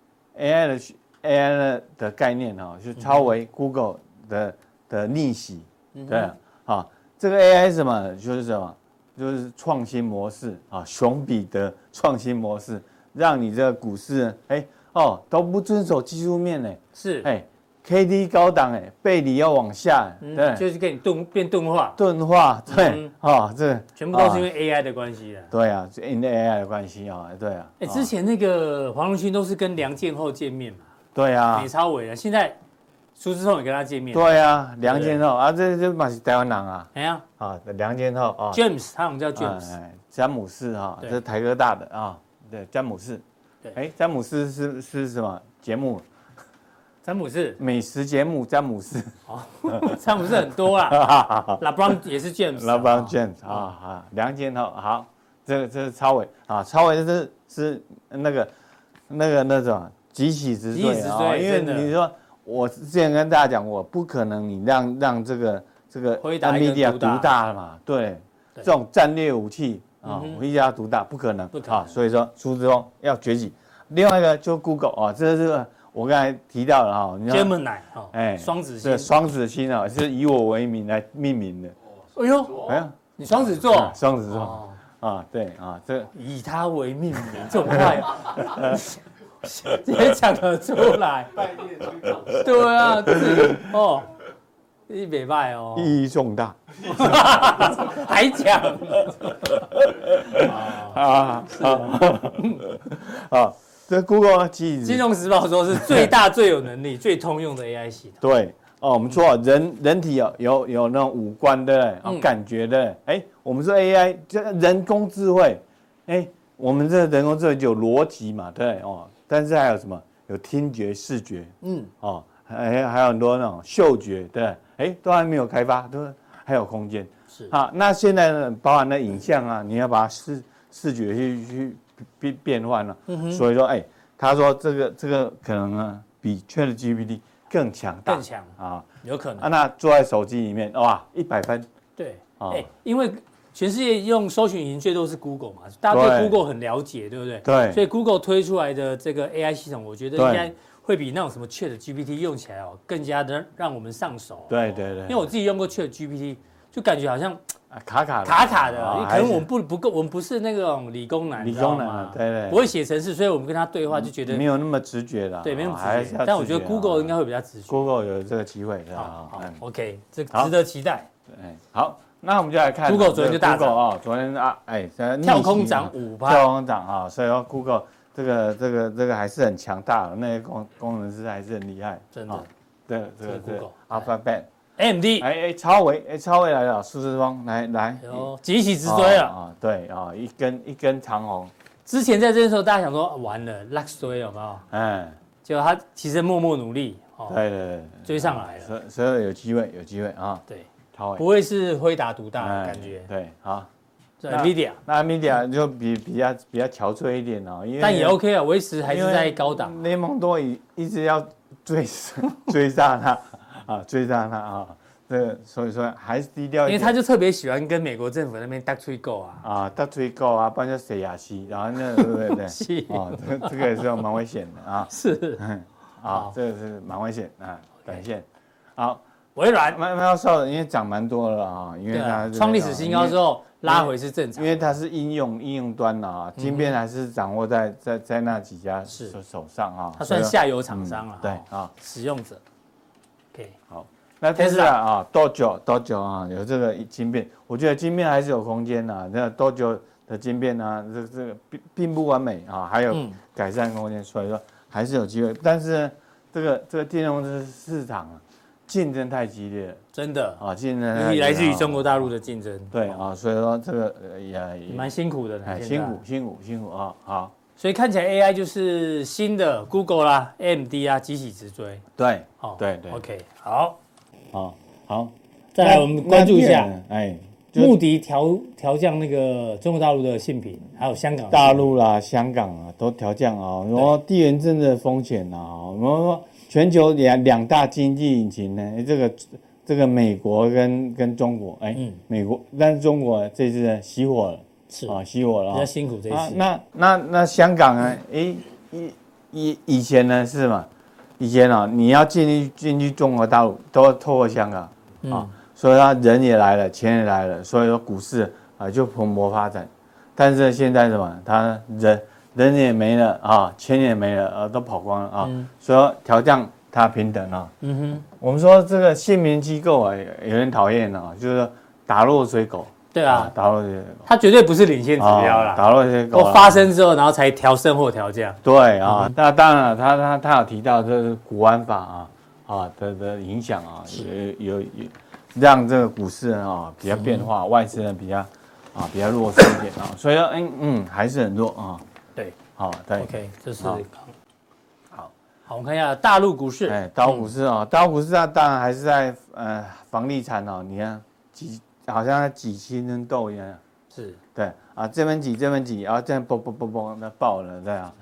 Speaker 4: 的需 AI 的的概念哈、哦，就是超
Speaker 2: 嗯
Speaker 4: 为 Google 的的逆袭，对，啊、好这个 AI 是什么？就是什么？就是创新模式啊，熊彼得创新模式，让你这个股市哎哦都不遵守技术面呢，
Speaker 2: 是，
Speaker 4: 哎，K D 高档哎，背离要往下，对，
Speaker 2: 嗯，就是给你钝变钝化，
Speaker 4: 钝化，对
Speaker 2: 嗯，
Speaker 4: 哦，这
Speaker 2: 全部都是
Speaker 4: 啊
Speaker 2: 因为 AI 的关系的。
Speaker 4: 对啊，因为 AI 的关系啊，对啊。
Speaker 2: 哎，
Speaker 4: 啊
Speaker 2: 之前那个黄仁勋都是跟梁建厚见面嘛，
Speaker 4: 对啊
Speaker 2: 李，超伟啊，现在苏志聪也跟他见面，，
Speaker 4: 对啊，梁建浩啊，这这嘛是台湾人啊，
Speaker 2: 哎呀
Speaker 4: 啊，梁建浩啊，
Speaker 2: ，James，他好像叫
Speaker 4: 哎
Speaker 2: James，
Speaker 4: 哎詹姆斯啊，
Speaker 2: 对
Speaker 4: 这台科大的啊，对，詹姆斯
Speaker 2: 对，
Speaker 4: 哎，詹姆斯是是什么节目？
Speaker 2: 詹姆斯，
Speaker 4: 美食节目，詹姆斯， *laughs*
Speaker 2: 詹姆斯很多啦，LeBron 也是 James，
Speaker 4: 老板
Speaker 2: 啊
Speaker 4: James 啊啊，梁建浩好，这个这是超伟啊，超伟是是那个那个那种急起直
Speaker 2: 急
Speaker 4: 追
Speaker 2: 起直
Speaker 4: 啊，
Speaker 2: 追
Speaker 4: 因为
Speaker 2: 真的
Speaker 4: 你说我之前跟大家讲，我不可能你让让这个这个
Speaker 2: 辉达一个
Speaker 4: NVIDIA
Speaker 2: 独大
Speaker 4: 独大了嘛，对，
Speaker 2: 对
Speaker 4: 这种战略武器啊
Speaker 2: 嗯，哼
Speaker 4: 辉达独大不可能
Speaker 2: 不可能
Speaker 4: 啊，所以说苏志峰要崛起。另外一个就 Google 啊，这是我刚才提到了啊，你看
Speaker 2: Gemini 哦，
Speaker 4: 哎
Speaker 2: 双子
Speaker 4: 这
Speaker 2: 星，
Speaker 4: 双子星啊，是以我为名来命名的，
Speaker 2: 哎呦，
Speaker 5: 哦
Speaker 4: 哎呀。
Speaker 2: 你双子座
Speaker 4: 啊，双子座
Speaker 2: 哦，
Speaker 4: 啊，对啊，这个
Speaker 2: 以他为命名，这么快，也讲得出来，
Speaker 5: 拜念追捧，
Speaker 2: 对啊，自己哦，你北拜哦，
Speaker 4: 意义重大
Speaker 2: 还讲，哦
Speaker 4: 啊啊 *laughs* 啊！这 Google 呢，其
Speaker 2: 《金
Speaker 4: 实
Speaker 2: 融时报》说是最大、最有能力、最通用的 AI 系统，
Speaker 4: 对哦，我们说啊人人体有有有那种五官对不对？
Speaker 2: 嗯
Speaker 4: 啊，感觉对不对？哎，我们说 AI 这人工智慧，哎，我们这人工智慧就有逻辑嘛，对不对哦，但是还有什么？有听觉、视觉
Speaker 2: 嗯，
Speaker 4: 哦，还还有很多那种嗅觉，对不对？哎，都还没有开发，都还有空间。
Speaker 2: 是，
Speaker 4: 啊，那现在呢，包含了影像啊，你要把视视觉去去变变换了、啊
Speaker 2: 嗯
Speaker 4: 所以说，哎，他说这个这个可能呢，比 Chat GPT 更强大，
Speaker 2: 更强
Speaker 4: 啊
Speaker 2: 有可
Speaker 4: 啊！
Speaker 2: 能，
Speaker 4: 那坐在手机里面，哇，一百分，
Speaker 2: 对，
Speaker 4: 哦
Speaker 2: 哎，因为全世界用搜寻引擎最多是 Google 嘛，大家对
Speaker 4: 对
Speaker 2: Google 很了解，对不对？
Speaker 4: 对
Speaker 2: 所以 Google 推出来的这个 AI 系统，我觉得
Speaker 4: 哎对
Speaker 2: 应该会比那种什么 Chat GPT 用起来哦，更加的让我们上手、哦。
Speaker 4: 对对对
Speaker 2: 因为我自己用过 Chat GPT，就感觉好像
Speaker 4: 啊卡卡的
Speaker 2: 卡卡的，
Speaker 4: 啊
Speaker 2: 可
Speaker 4: 还
Speaker 2: 能
Speaker 4: 是
Speaker 2: 我们不不够，我们不是那种理工男，
Speaker 4: 理
Speaker 2: 你知道
Speaker 4: 工男
Speaker 2: 吗
Speaker 4: 啊对对
Speaker 2: 不会写程式，所以我们跟他对话就觉得
Speaker 4: 没有那么直觉的，
Speaker 2: 对没那么
Speaker 4: 啊还
Speaker 2: 直
Speaker 4: 是
Speaker 2: 觉
Speaker 4: 要。
Speaker 2: 但我觉
Speaker 4: 直
Speaker 2: 得
Speaker 4: 觉啊
Speaker 2: Google 应该会比较直觉。
Speaker 4: Google 有这个机会的
Speaker 2: 好
Speaker 4: 啊。
Speaker 2: 好
Speaker 4: 嗯
Speaker 2: ，OK，这
Speaker 4: 好
Speaker 2: 值得期待。
Speaker 4: 哎，好，那我们就来看
Speaker 2: Google 昨天就大涨
Speaker 4: Google 啊，昨天啊，哎，
Speaker 2: 跳空涨五趴
Speaker 4: 跳空涨啊，所以说 Google 这个这个这个还是很强大的，那些工工程师还是很厉害，
Speaker 2: 真的
Speaker 4: 啊这个这个
Speaker 2: 这个
Speaker 4: 这个
Speaker 2: Google 哎
Speaker 4: Alphabet，
Speaker 2: AMD，
Speaker 4: 哎哎，超维哎超维来了，苏志峰来来
Speaker 2: 哎，呦，急起直追了。
Speaker 4: 啊啊，对啊，一根一根长红，
Speaker 2: 之前在这的时候，大家想说完了 l u x 追有没有？
Speaker 4: 哎，
Speaker 2: 结果他其实默默努力哦，
Speaker 4: 对对对
Speaker 2: 追上来了。
Speaker 4: 所以所以有机会有机会啊，
Speaker 2: 对，
Speaker 4: 超维
Speaker 2: 不会是辉达独大的
Speaker 4: 哎
Speaker 2: 感觉。
Speaker 4: 对好。
Speaker 2: 对
Speaker 4: 那
Speaker 2: ，NVIDIA，
Speaker 4: 那 NVIDIA 就比比较比较憔悴一点哦，因为
Speaker 2: 但也 OK 啊，维持还是
Speaker 4: 因为
Speaker 2: 在高档。啊
Speaker 4: 雷蒙多一一直要追追杀他 *laughs* 啊，追杀他啊，这个所以说还是低调
Speaker 2: 因为
Speaker 4: 一
Speaker 2: 他
Speaker 4: 点。
Speaker 2: 就特别喜欢跟美国政府那边搭吹狗啊，
Speaker 4: *laughs* 啊，他追够啊，不然就谁呀西，然后那对对
Speaker 2: *laughs*
Speaker 4: 对
Speaker 2: 是
Speaker 4: 对，哦，这这个也是蛮危险的啊
Speaker 2: 是好
Speaker 4: 啊，这个是蛮危险啊，短线。好，
Speaker 2: 微软
Speaker 4: 麦麦教因为涨蛮多了啊，因为
Speaker 2: 对啊
Speaker 4: 它
Speaker 2: 创历史新高之
Speaker 4: 后，
Speaker 2: 后拉回是正
Speaker 4: 因
Speaker 2: 常
Speaker 4: 为，因为它是应用应用端的啊，晶片还是掌握在在在那几家
Speaker 2: 嗯是
Speaker 4: 手手上啊，
Speaker 2: 它算
Speaker 4: 所以
Speaker 2: 下游厂商了
Speaker 4: 嗯，对
Speaker 2: 哦
Speaker 4: 啊，
Speaker 2: 使用者。OK，
Speaker 4: 好，那
Speaker 2: Tesla
Speaker 4: Tesla 啊，多久多久啊？有这个晶片，我觉得晶片还是有空间呐、那多久的晶片呢、啊这这个并并不完美啊，还有
Speaker 2: 嗯
Speaker 4: 改善空间，所以说还是有机会。但是呢这个这个电动车市场啊，竞争太激烈了
Speaker 2: 真的，
Speaker 4: 啊，竞争
Speaker 2: 由于
Speaker 4: 太激烈
Speaker 2: 来自于
Speaker 4: 啊
Speaker 2: 中国大陆的竞争，
Speaker 4: 对
Speaker 2: 哦，
Speaker 4: 啊，所以说这个呃也也
Speaker 2: 蛮辛苦的，
Speaker 4: 哎
Speaker 2: 现
Speaker 4: 辛
Speaker 2: 在
Speaker 4: 苦。辛苦辛苦啊，好
Speaker 2: 所以看起来 AI 就是新的 Google 啦、AMD 啊，急起直追。
Speaker 4: 对
Speaker 2: 哦，
Speaker 4: 对对
Speaker 2: ，OK，好，
Speaker 4: 好好，
Speaker 2: 再来
Speaker 4: 那
Speaker 2: 我们关注一
Speaker 4: 那
Speaker 2: 下
Speaker 4: 面呢哎，就是
Speaker 2: 穆迪调调降那个中国大陆的性品，还有香港的
Speaker 4: 大
Speaker 2: 性品，
Speaker 4: 陆啦、香港啊都调降啊，然后地缘政治的风险啊，我们说全球两两大经济引擎呢，哎这个这个美国跟跟中国，哎、
Speaker 2: 嗯
Speaker 4: 美国，但是中国这次呢熄火了，
Speaker 2: 是
Speaker 4: 啊，熄火了、
Speaker 2: 比
Speaker 4: 啊
Speaker 2: 较，辛苦这一
Speaker 4: 啊
Speaker 2: 次。，
Speaker 4: 那那那香港啊，诶，以以以前呢是嘛？以前啊，你要进去进去中国大陆，都要透过香港，
Speaker 2: 嗯，
Speaker 4: 所以他人也来了，钱也来了，所以说股市啊就蓬勃发展。但是现在什么？他人人也没了啊，钱也没了，啊，都跑光了啊，
Speaker 2: 嗯
Speaker 4: 所以说调降它平等啊。
Speaker 2: 嗯哼，
Speaker 4: 我们说这个姓名机构啊，有点讨厌啊，就是说打落水狗
Speaker 2: 对啊，
Speaker 4: 打落水狗，
Speaker 2: 它绝对不是领先指标
Speaker 4: 啊
Speaker 2: 啦，
Speaker 4: 打落水狗
Speaker 2: 都
Speaker 4: 啊
Speaker 2: 发生之后，然后才调升或调降。
Speaker 4: 对
Speaker 2: 嗯
Speaker 4: 啊，那当然了，他他他有提到这是国安法啊啊的的影响啊，有有有让这个股市啊比较变化，外资人比较啊比较弱势一点
Speaker 2: *coughs*
Speaker 4: 啊，所以说嗯嗯还是很弱啊，
Speaker 2: 对，
Speaker 4: 好对，
Speaker 2: OK，这是
Speaker 4: 好
Speaker 2: 好，好，我们看一下大陆股市，
Speaker 4: 哎，刀股市啊，
Speaker 2: 嗯
Speaker 4: 刀股市啊，当然还是在呃房地产哦，你看挤好像在挤新生豆一样，啊
Speaker 2: 是
Speaker 4: 对啊，这边挤这边挤，然啊后这样嘣嘣嘣嘣那爆了，对啊，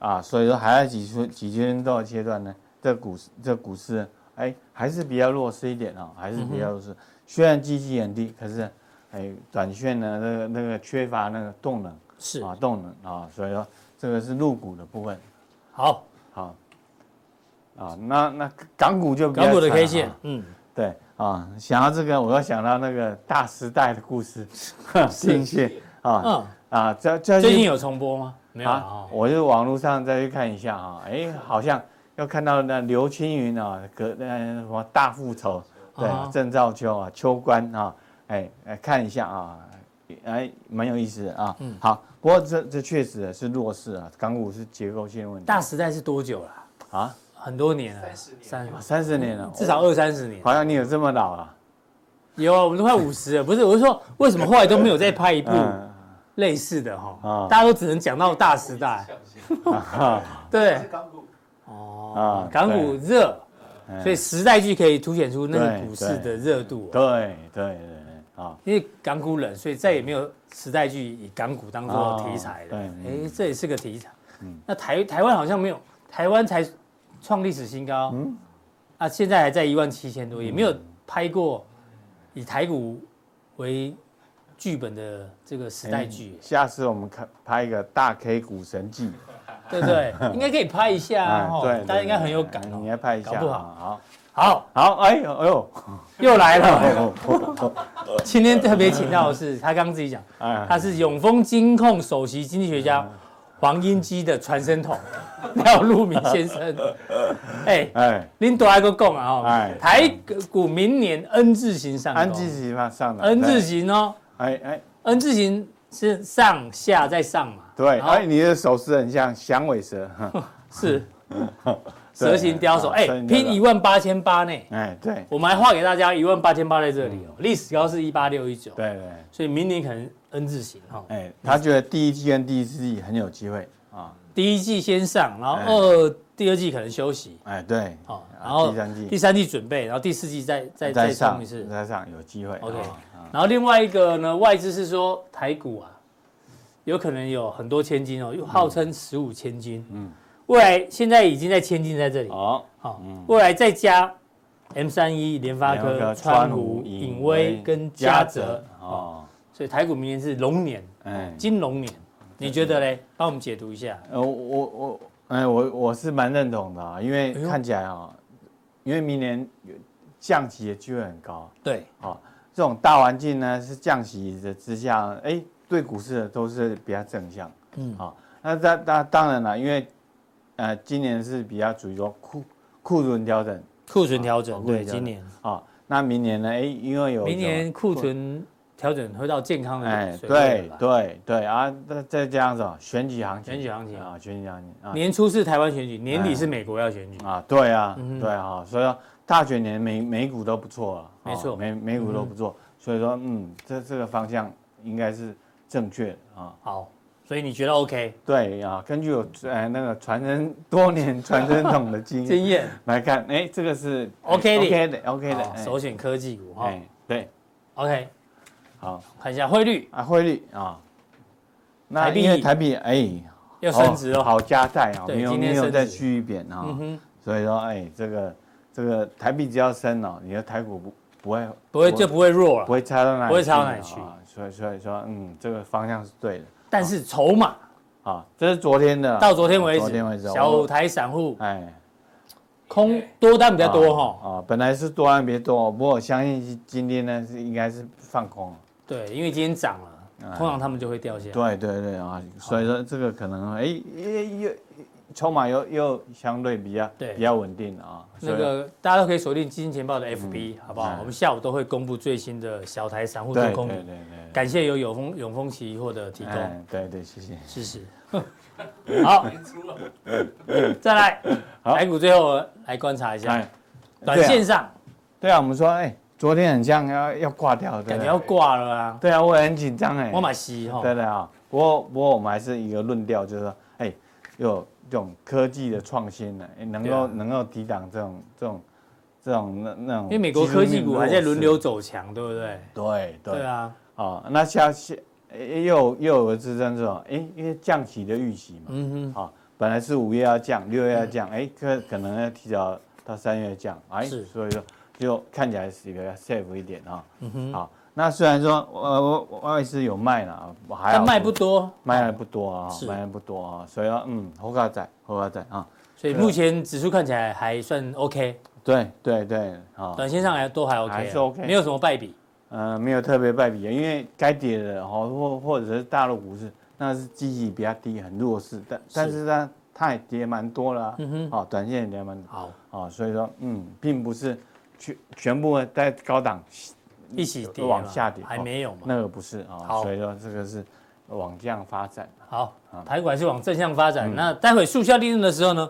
Speaker 4: 啊，所以说还在几圈几圈到阶段呢，这股市这股市哎还是比较弱势一点啊、还是比较弱势。
Speaker 2: 嗯
Speaker 4: 虽然积极很低，可是哎短线呢那个那个缺乏那个动能
Speaker 2: 是
Speaker 4: 啊动能啊，所以说这个是入股的部分
Speaker 2: 好，
Speaker 4: 好啊，那那港股就比较
Speaker 2: 港股的
Speaker 4: 惨
Speaker 2: K
Speaker 4: 啊
Speaker 2: 线，嗯，
Speaker 4: 对啊，想到这个，我又想到那个大时代的故事， *laughs* 进去啊
Speaker 2: 嗯，
Speaker 4: 啊，这这
Speaker 2: 最近有重播吗？没有啊，
Speaker 4: 啊
Speaker 2: 哦，
Speaker 4: 我就网络上再去看一下啊，哎，好像又看到那刘青云啊，隔呃什么大复仇，对
Speaker 2: 啊，
Speaker 4: 郑兆秋啊，秋官啊，哎哎看一下啊，哎蛮有意思的啊，
Speaker 2: 嗯
Speaker 4: 好，不过这这确实是弱势啊，港股是结构性问题，
Speaker 2: 大时代是多久了？
Speaker 4: 啊，
Speaker 2: 很多年了，
Speaker 5: 30年
Speaker 2: 三
Speaker 4: 三十年了，
Speaker 2: 至少二三十年。
Speaker 4: 好像你有这么老啊，
Speaker 2: 有啊，我们都快五十了，不是？我是说，为什么后来都没有再拍一部
Speaker 4: 嗯。
Speaker 2: 类似的哈
Speaker 4: 啊？
Speaker 2: 大家都只能讲到大时代，对
Speaker 5: 是港股，
Speaker 2: 哦
Speaker 4: 嗯啊，
Speaker 2: *laughs* 港股热，
Speaker 4: 哎
Speaker 2: 所以时代剧可以凸显出那个
Speaker 4: 对
Speaker 2: 股市的热度哦。
Speaker 4: 嗯对对对对啊，
Speaker 2: 因为港股冷，所以再也没有时代剧以港股当做题材了。
Speaker 4: 哦
Speaker 2: 哎、
Speaker 4: 对嗯
Speaker 2: 这也是个题材。那台台湾好像没有，台湾才创历史新高，
Speaker 4: 嗯
Speaker 2: 啊，现在还在一万七千多，也没有拍过以台股为剧本的这个时代剧
Speaker 4: 哎，下次我们看拍一个大 K 股神记，
Speaker 2: 对不
Speaker 4: *laughs*
Speaker 2: 对？应该可以拍一下啊
Speaker 4: 哎
Speaker 2: 哦，
Speaker 4: 对，
Speaker 2: 大家应该很有感
Speaker 4: 对对
Speaker 2: 哦。
Speaker 4: 你来拍一下，
Speaker 2: 搞不好
Speaker 4: 好，
Speaker 2: 好，
Speaker 4: 好，哎呦哎呦，
Speaker 2: *laughs* 又来
Speaker 4: *laughs* 哎
Speaker 2: 了。
Speaker 4: 呦
Speaker 2: 今天特别请到的是他刚刚自己讲，
Speaker 4: 哎
Speaker 2: 他是永丰金控首席经济学家黄英基的传声筒 *laughs* 廖路明先
Speaker 4: *laughs*
Speaker 2: 生。哎， *laughs*
Speaker 4: 哎，
Speaker 2: 您都还个讲啊，哦
Speaker 4: 哎，
Speaker 2: 台股明年 N 字形上哦
Speaker 4: 安
Speaker 2: 攻
Speaker 4: 置型嘛上来
Speaker 2: ，N 字
Speaker 4: 对
Speaker 2: 形哦
Speaker 4: 哎哎
Speaker 2: ，N 字形是上下再上嘛，
Speaker 4: 对，
Speaker 2: 好
Speaker 4: 哎，你的手势很像响
Speaker 2: *laughs*
Speaker 4: 尾蛇，哼
Speaker 2: 是
Speaker 4: 对
Speaker 2: 蛇形雕手，
Speaker 4: 啊
Speaker 2: 哎，
Speaker 4: 蛇形雕手
Speaker 2: 拼一万八千八呢。
Speaker 4: 哎对
Speaker 2: 我们还画给大家一万八千八在这里哦，历史高是一八六一九，
Speaker 4: 对对，
Speaker 2: 所以明年可能 N 字形哈。
Speaker 4: 哎，他觉得第一季跟第四季很有机会啊，
Speaker 2: 第一季先上，然后
Speaker 4: 哎
Speaker 2: 二第二季可能休息，
Speaker 4: 哎对，
Speaker 2: 好，
Speaker 4: 啊
Speaker 2: 然后
Speaker 4: 第三季
Speaker 2: 第三季准备，然后第四季再再再冲一次。
Speaker 4: 再上嗯有机会
Speaker 2: OK
Speaker 4: 啊啊
Speaker 2: 然后另外一个呢，外资是说台股啊，有可能有很多千金哦，
Speaker 4: 嗯
Speaker 2: 又号称十五千金，嗯，未来现在已经在千金在这里，
Speaker 4: 好，
Speaker 2: 好，未来再加 M 三一、联发
Speaker 4: 嗯联发
Speaker 2: 科、
Speaker 4: 科
Speaker 2: 川
Speaker 4: 川
Speaker 2: 湖、
Speaker 4: 湖
Speaker 2: 影
Speaker 4: 影
Speaker 2: 威
Speaker 4: 威
Speaker 2: 跟嘉
Speaker 4: 嘉
Speaker 2: 泽
Speaker 4: 泽，
Speaker 2: 哦，
Speaker 4: 哦，
Speaker 2: 所以台股明年是龙年，
Speaker 4: 哎。
Speaker 2: 金龙年，你觉得嘞？帮我们解读一下，
Speaker 4: 呃，我我我，哎，我我是蛮认同的啊，因为
Speaker 2: 哎呦
Speaker 4: 看起来啊，因为明年有降息的机会很高
Speaker 2: 对，
Speaker 4: 啊，这种大环境呢是降息的之下，哎，对股市的都是比较正向，
Speaker 2: 嗯
Speaker 4: 嗯，啊，那当当当然了，因为呃今年是比较属于说库库存调整
Speaker 2: 库存调整，
Speaker 4: 哦库
Speaker 2: 对，
Speaker 4: 存调
Speaker 2: 今
Speaker 4: 整
Speaker 2: 年。
Speaker 4: 啊，那明年呢，哎，因为有
Speaker 2: 明年库存调整会到健康
Speaker 4: 哎
Speaker 2: 的，水位
Speaker 4: 对
Speaker 2: 了吧？
Speaker 4: 对对啊，再再加上什么选举行情，
Speaker 2: 选举行情
Speaker 4: 啊，选举行情啊，
Speaker 2: 年初是台湾选举，年
Speaker 4: 哎
Speaker 2: 底是美国要选举，
Speaker 4: 啊，对啊，
Speaker 2: 嗯哼
Speaker 4: 对啊，所以说大选年美美股都不错了，
Speaker 2: 没错嗯
Speaker 4: 哦美美股都不错，所以说嗯，这这个方向应该是正确的啊。
Speaker 2: 好，所以你觉得 OK？
Speaker 4: 对啊，根据我呃那个传承多年传承筒的经
Speaker 2: 经
Speaker 4: 验
Speaker 2: 验哦
Speaker 4: 来看，哎，这个是
Speaker 2: OK 的
Speaker 4: OK 的，OK 的
Speaker 2: 好，
Speaker 4: 哎
Speaker 2: 首选科技股哈哦
Speaker 4: 哎，对，
Speaker 2: ，OK，
Speaker 4: 好
Speaker 2: 看一下汇率
Speaker 4: 啊，汇率啊，那
Speaker 2: 台币
Speaker 4: 因为台币哎
Speaker 2: 要升值
Speaker 4: 哦
Speaker 2: 哦。
Speaker 4: 好加债啊，
Speaker 2: 对
Speaker 4: 没有
Speaker 2: 今天
Speaker 4: 没有
Speaker 2: 升
Speaker 4: 再
Speaker 2: 值
Speaker 4: 续一贬啊，
Speaker 2: 嗯哼，
Speaker 4: 所以说哎这个这个台币只要升了，你的台股不不会
Speaker 2: 不会就不会弱了
Speaker 4: 不。会差到哪里
Speaker 2: 不会差到哪里
Speaker 4: 啊
Speaker 2: 去
Speaker 4: 所以所以说嗯这个方向是对的。
Speaker 2: 但是筹码
Speaker 4: 啊，这是昨天的，
Speaker 2: 到昨天为
Speaker 4: 啊昨天为
Speaker 2: 止，
Speaker 4: 止，哦
Speaker 2: 小台散户
Speaker 4: 哎
Speaker 2: 空多单比
Speaker 4: 比
Speaker 2: 较多哦哈。
Speaker 4: 啊，本来是多单别多，不过我相信今天呢是应该是放空了，
Speaker 2: 对，因为今天涨了，通常他们就会掉下来。
Speaker 4: 啊对对对啊，所以说这个可能哎又又筹码又又相对比较
Speaker 2: 对
Speaker 4: 比较稳定啊，
Speaker 2: 那
Speaker 4: 所以
Speaker 2: 个大家都可以锁定《基金钱报》的 FB，、好不好
Speaker 4: 嗯？
Speaker 2: 我们下午都会公布最新的小台散户
Speaker 4: 对
Speaker 2: 做
Speaker 4: 对
Speaker 2: 空
Speaker 4: 对
Speaker 2: 比，
Speaker 4: 对对，
Speaker 2: 感谢有永丰永丰期货的提供，
Speaker 4: 哎对对谢谢，
Speaker 2: 谢谢。 *laughs*
Speaker 4: *laughs*
Speaker 2: 好，再来，
Speaker 4: 好
Speaker 2: 台股最后来观察一下
Speaker 4: 哎，
Speaker 2: 短线上
Speaker 4: 对啊，我们说哎昨天很像要要挂掉，对
Speaker 2: 感
Speaker 4: 不
Speaker 2: 觉
Speaker 4: 对
Speaker 2: 要挂了啊，
Speaker 4: 对啊，我也很紧张哎，
Speaker 2: 我买西哈，
Speaker 4: 对的啊，不过不过我们还是一个论调，就是说，哎，有这种科技的创新呢、哎能
Speaker 2: 对
Speaker 4: 够、
Speaker 2: 啊
Speaker 4: 能够抵挡这种这种这种那那种，
Speaker 2: 因为美国科技股还在轮流，走强，对不对？
Speaker 4: 对对
Speaker 2: 对啊，
Speaker 4: 哦，那下下哎又又有个支撑这种，哎，因为降息的预期嘛，
Speaker 2: 嗯哼，嗯
Speaker 4: 啊，本来是五月要降，六月要降，哎、可可能要提早到三月降，哎，
Speaker 2: 是
Speaker 4: 所以说就看起来是一个 safe 一点啊、
Speaker 2: 嗯哼，
Speaker 4: 好，那虽然说呃我我外资有卖了啊，我还好
Speaker 2: 但卖不多，
Speaker 4: 卖的不多啊、
Speaker 2: 是
Speaker 4: 卖的不多啊、所以说嗯，猴嘎仔，猴嘎仔啊，
Speaker 2: 所以目前指数看起来还算 OK，
Speaker 4: 对对对啊、
Speaker 2: 短线上还都还 OK，啊
Speaker 4: 还是 OK
Speaker 2: 没有什么败笔。
Speaker 4: 呃，没有特别败笔，因为该跌的哦，或或者是大陆股市，那是积极比较低，很弱势，但但是它它也跌蛮多了、啊，
Speaker 2: 嗯哼
Speaker 4: 哦，短线也跌蛮多
Speaker 2: 好，
Speaker 4: 啊、所以说嗯，并不是全全部在高档
Speaker 2: 一起跌嘛
Speaker 4: 往下跌，
Speaker 2: 还
Speaker 4: 哦
Speaker 2: 没有嘛？
Speaker 4: 那个不是啊、
Speaker 2: 好
Speaker 4: 所以说这个是往这样发展，
Speaker 2: 好
Speaker 4: 啊，
Speaker 2: 台股还是往正向发
Speaker 4: 嗯
Speaker 2: 展。那待会速效利润的时候呢，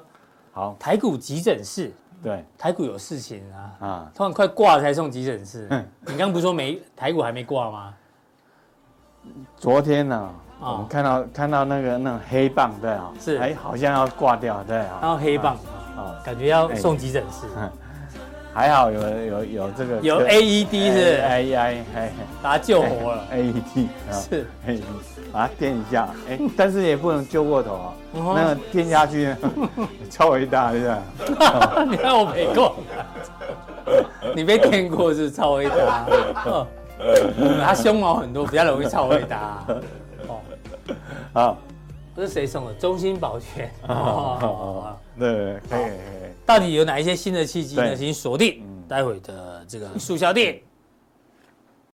Speaker 4: 好，
Speaker 2: 台股急诊室，
Speaker 4: 对
Speaker 2: 台股有事情啊，
Speaker 4: 啊，
Speaker 2: 通常快挂了才送急诊室
Speaker 4: 嗯。
Speaker 2: 你刚不是说没台股还没挂吗？
Speaker 4: 昨天呢、
Speaker 2: 哦
Speaker 4: 我们看到看到那个那种黑棒，对啊、
Speaker 2: 是
Speaker 4: 哎，好像要挂掉，对啊、
Speaker 2: 然后黑棒，哦
Speaker 4: 啊，
Speaker 2: 感觉要送急诊室，
Speaker 4: 哎还好有有有这个
Speaker 2: 有 AED 是不是
Speaker 4: 哎哎哎
Speaker 2: 把它救活
Speaker 4: *laughs*
Speaker 2: 了。
Speaker 4: ，A E T 啊，
Speaker 2: 是
Speaker 4: A E T，把它垫一下，哎，但是也不能救过头啊，
Speaker 2: 嗯哼
Speaker 4: 那个垫下去 *laughs* 超伟大，对吧？
Speaker 2: 你看我没空， *laughs* 你被电过是超回
Speaker 4: *laughs*
Speaker 2: 答，哦他胸毛很多，比较容易超回
Speaker 4: *laughs*
Speaker 2: 答。哦，
Speaker 4: 啊，
Speaker 2: 不是谁送的，中心保
Speaker 4: *laughs*
Speaker 2: 全。哦
Speaker 4: 哦，对对，可以可以，
Speaker 2: 到底有哪一些新的契机
Speaker 4: 对
Speaker 2: 呢？请锁定
Speaker 4: 嗯
Speaker 2: 待会的这个速效店。